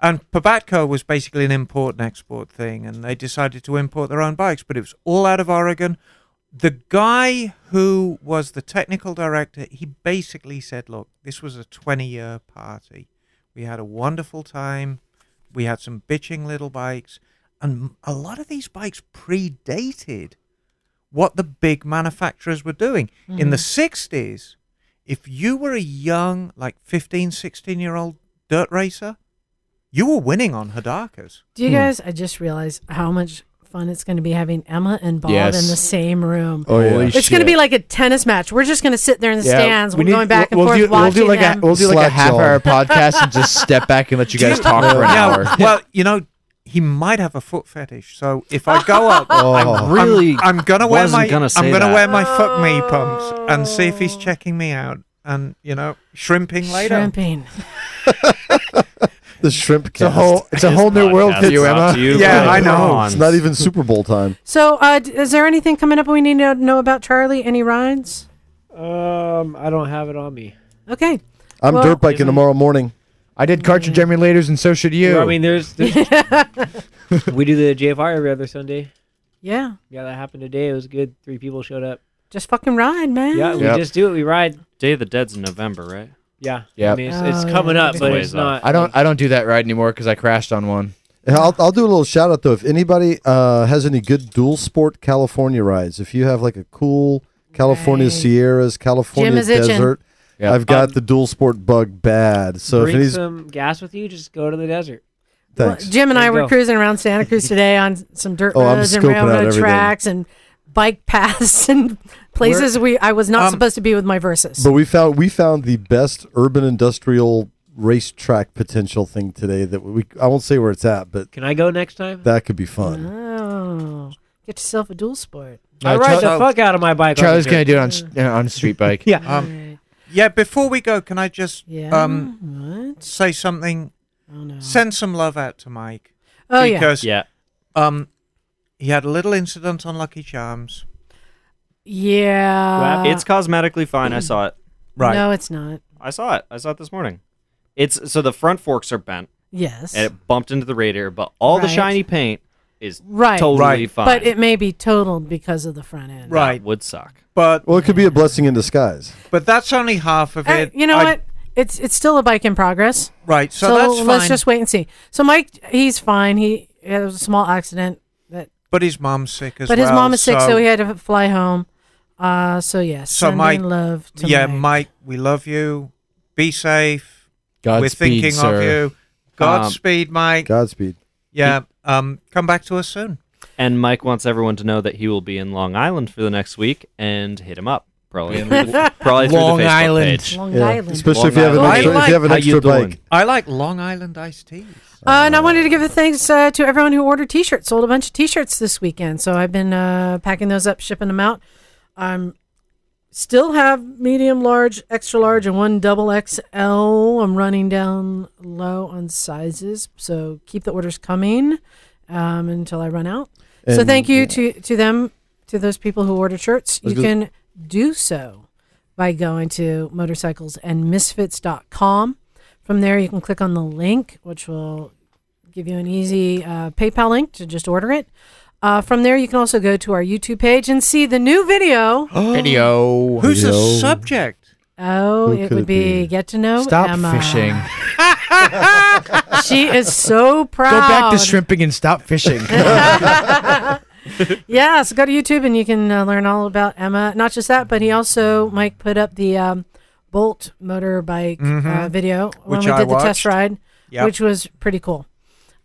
S6: And Pabatco was basically an import and export thing, and they decided to import their own bikes, but it was all out of Oregon. The guy who was the technical director, he basically said, Look, this was a 20 year party. We had a wonderful time. We had some bitching little bikes, and a lot of these bikes predated what the big manufacturers were doing. In the 60s, if you were a young, like 15, 16 year old dirt racer, you were winning on Hadakas.
S1: Do you
S4: hmm.
S1: guys? I just realized how much fun it's going to be having Emma and Bob in
S4: Yes.
S1: the same room.
S2: Oh yeah,
S4: Holy
S1: It's going to
S4: shit.
S1: be like a tennis match. We're just going to sit there in the stands. We're going back and
S4: we'll
S1: forth
S4: do,
S1: watching
S4: we'll do like
S1: them.
S4: A, we'll do like
S2: Slack
S4: a half
S2: jaw.
S4: hour podcast and just step back and let you guys talk for an hour.
S6: Yeah, well, you know, he might have a foot fetish. So if I go up,
S2: Oh.
S6: I'm,
S3: Really
S6: I'm, I'm gonna wear
S3: wasn't
S6: my,
S3: gonna say
S6: I'm gonna
S3: that.
S6: wear my fuck me
S1: Oh.
S6: pumps and see if he's checking me out. And you know, shrimping later.
S1: Shrimping.
S2: the shrimp
S4: It's a
S2: cast.
S4: whole it's a
S3: This
S4: whole new world Uh-huh.
S3: podcast
S4: for you,
S3: is up
S4: Emma.
S3: to you,
S6: Yeah,
S3: buddy.
S6: I know.
S3: Come on.
S2: It's not even Super Bowl time.
S1: So, uh, d- is there anything coming up we need to know about Charlie? Any rides?
S5: Um, I don't have it on me.
S1: Okay.
S2: I'm
S1: Well-
S2: dirt biking tomorrow morning.
S4: I did cartridge emulators and so should you.
S5: Well, I mean, there's. there's we do the JFR every other Sunday.
S1: Yeah.
S5: Yeah, that happened today. It was good. Three people showed up.
S1: Just fucking ride, man.
S5: Yeah, we
S2: Yep.
S5: just do it. We ride.
S3: Day of the Dead's in November, right?
S5: Yeah.
S4: Yep.
S5: I mean, it's, it's
S1: Oh,
S5: coming
S1: yeah.
S5: up, but it's
S3: Ways off.
S5: not.
S4: I don't I don't do that ride anymore because I crashed on one.
S2: And I'll, I'll do a little shout out though. If anybody uh, has any good dual sport California rides, if you have like a cool California
S1: Right.
S2: Sierras, California
S1: Jim is itching.
S2: desert,
S4: Yeah.
S2: I've got
S7: Um,
S3: Uh,
S2: the dual sport bug bad. So if
S5: bring
S2: any's
S5: some gas with you. Just go to the desert.
S1: Well,
S2: thanks.
S1: Jim and
S5: There
S1: I
S5: you
S1: were
S5: go.
S1: cruising around Santa Cruz today on some dirt
S2: Oh, I'm
S1: roads and
S2: scoping out
S1: railroad
S2: everything.
S1: tracks and bike paths and places we I was not
S6: Um,
S1: supposed to be with my Versus.
S2: But we found we found the best urban industrial racetrack potential thing today that we I won't say where it's at, but
S5: Can I go next time?
S2: that could be
S1: Uh-huh.
S2: fun.
S1: Oh, get yourself a dual sport.
S5: I
S4: No,
S5: ride
S4: Char-
S5: the fuck out of my bike. on
S4: Uh, Charlie's
S5: the
S4: gonna
S5: trip.
S4: do it on s- uh, on a street bike.
S5: Yeah.
S6: Um,
S1: Right.
S6: yeah, before we go, can I just
S1: yeah.
S6: um,
S1: what?
S6: say something?
S1: Oh no.
S6: Send some love out to Mike.
S1: oh yeah.
S6: because
S3: Yeah.
S6: um, he had a little incident on Lucky Charms.
S1: Yeah.
S3: it's cosmetically fine. I saw it.
S1: No, it's not.
S3: I saw it. I saw it this morning. It's so the front forks are bent
S1: Yes.
S3: and it bumped into the radiator, but all the
S1: Right.
S3: shiny paint is
S1: right.
S3: totally
S6: Right.
S3: fine.
S1: But it may be totaled because of the front end.
S6: Right.
S3: That would suck.
S6: But
S2: Well, it could be a blessing in disguise.
S6: but that's only half of
S1: Uh,
S6: it.
S1: you know
S6: I-
S1: what? It's it's still a bike in progress.
S6: Right. So,
S1: So,
S6: that's fine.
S1: let's just wait and see. So Mike, he's fine. He had a small accident, that,
S6: But his mom's sick as
S1: but
S6: well.
S1: his mom is sick, so, he had to fly home. Uh, so yes,
S6: So
S1: sending
S6: Mike-
S1: love to
S6: yeah,
S1: Mike.
S6: Mike, we love you. Be safe. We're
S4: Godspeed,
S6: thinking
S4: sir.
S6: of
S2: Um,
S6: you. Godspeed, Mike.
S2: Godspeed.
S6: Yeah. Um, come back to us soon.
S3: And Mike wants everyone to know that he will be in Long Island for the next week and hit him up. Probably, through the, probably through the
S4: Long
S3: Facebook
S4: Island.
S3: page.
S1: Long
S2: Yeah.
S1: Island.
S2: Especially if
S3: Long
S2: you have an
S3: Island.
S2: extra, if you
S6: I
S2: have
S3: like-
S2: an
S3: How you
S2: extra
S3: doing?
S2: bike.
S6: I like Long Island iced teas.
S1: Uh, and I wanted to give a thanks uh, to everyone who ordered T-shirts. Sold a bunch of T-shirts this weekend, so I've been uh, packing those up, shipping them out. I'm still have medium, large, extra large, and one double XL. I'm running down low on sizes, so keep the orders coming um, until I run out. so
S2: And-
S1: thank you to to them, to those people who ordered shirts.
S2: Let's
S1: You
S2: go-
S1: can do so by going to motorcyclesandmisfits.com. From there, you can click on the link, which will give you an easy uh, PayPal link to just order it. Uh, from there, you can also go to our YouTube page and see the new video.
S4: Video.
S6: Who's the
S2: Yo.
S6: subject?
S1: Oh,
S2: Who
S1: it
S2: could
S1: would
S2: it
S1: be,
S2: be?
S1: get to know
S4: Stop
S1: Emma.
S4: fishing.
S1: She is so proud.
S4: Go back to shrimping and stop fishing.
S1: Yeah, so go to YouTube and you can uh, learn all about Emma. Not just that, but he also Mike put up the um, Bolt motorbike uh, video when
S6: Which
S1: we
S6: I
S1: did the test
S6: watched.
S1: ride,
S6: Yep.
S1: which was pretty cool.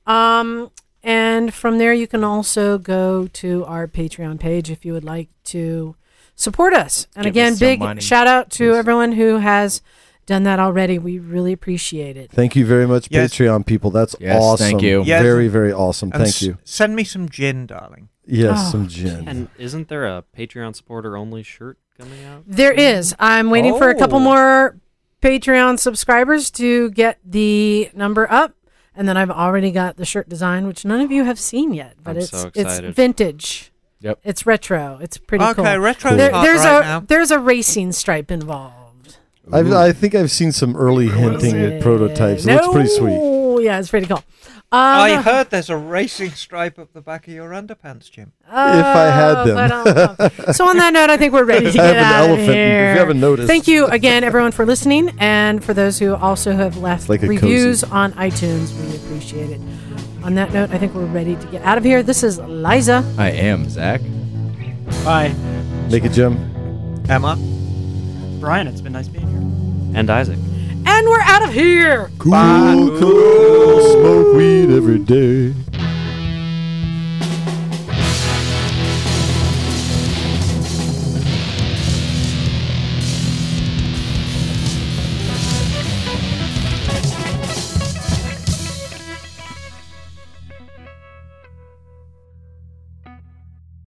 S1: Um, and from there, you can also go to our Patreon page if you would like to support us. And
S4: Give
S1: again,
S4: us some
S1: big
S4: money.
S1: shout out to everyone who has done that already. We really appreciate it.
S2: Thank you very much,
S6: Yes.
S2: Patreon people. That's
S4: Yes,
S2: awesome.
S4: thank you.
S6: Yes.
S2: Very, very awesome.
S6: And
S2: Thank
S6: s-
S2: you.
S6: Send me some gin, darling.
S2: Yes,
S1: Oh,
S2: some gin.
S3: And isn't there a Patreon supporter only shirt coming out?
S1: There is. I'm waiting for a couple
S3: Oh.
S1: more Patreon subscribers to get the number up. And then I've already got the shirt design, which none of you have seen yet, but
S3: I'm
S1: it's
S3: so
S1: it's
S3: excited.
S1: vintage.
S4: Yep.
S1: It's retro. It's pretty
S6: okay,
S1: cool.
S6: retro
S2: Cool.
S1: There-
S6: hot
S1: there's
S6: right
S1: a
S6: now.
S1: there's a racing stripe involved.
S2: I've, I think I've seen some early hinting at prototypes. It looks pretty sweet.
S1: No. Yeah, it's pretty cool. Um,
S6: I heard there's a racing stripe up the back of your underpants, Jim.
S2: I had
S1: Oh,
S2: them.
S1: but, um, so on that note, I think we're ready to
S2: I
S1: get
S2: have an
S1: out of
S2: elephant, if you
S1: here.
S2: haven't noticed.
S1: Thank you again, everyone, for listening, and for those who also have left
S2: like a
S1: reviews on iTunes, we appreciate it. On that note, I think we're ready to get out of here. This is Liza.
S4: I am Zach.
S5: Bye.
S2: Make it, Jim.
S6: Emma?
S7: Brian, it's been nice being here.
S3: And Isaac.
S1: And we're out of here.
S2: Cool, cool, smoke weed every day.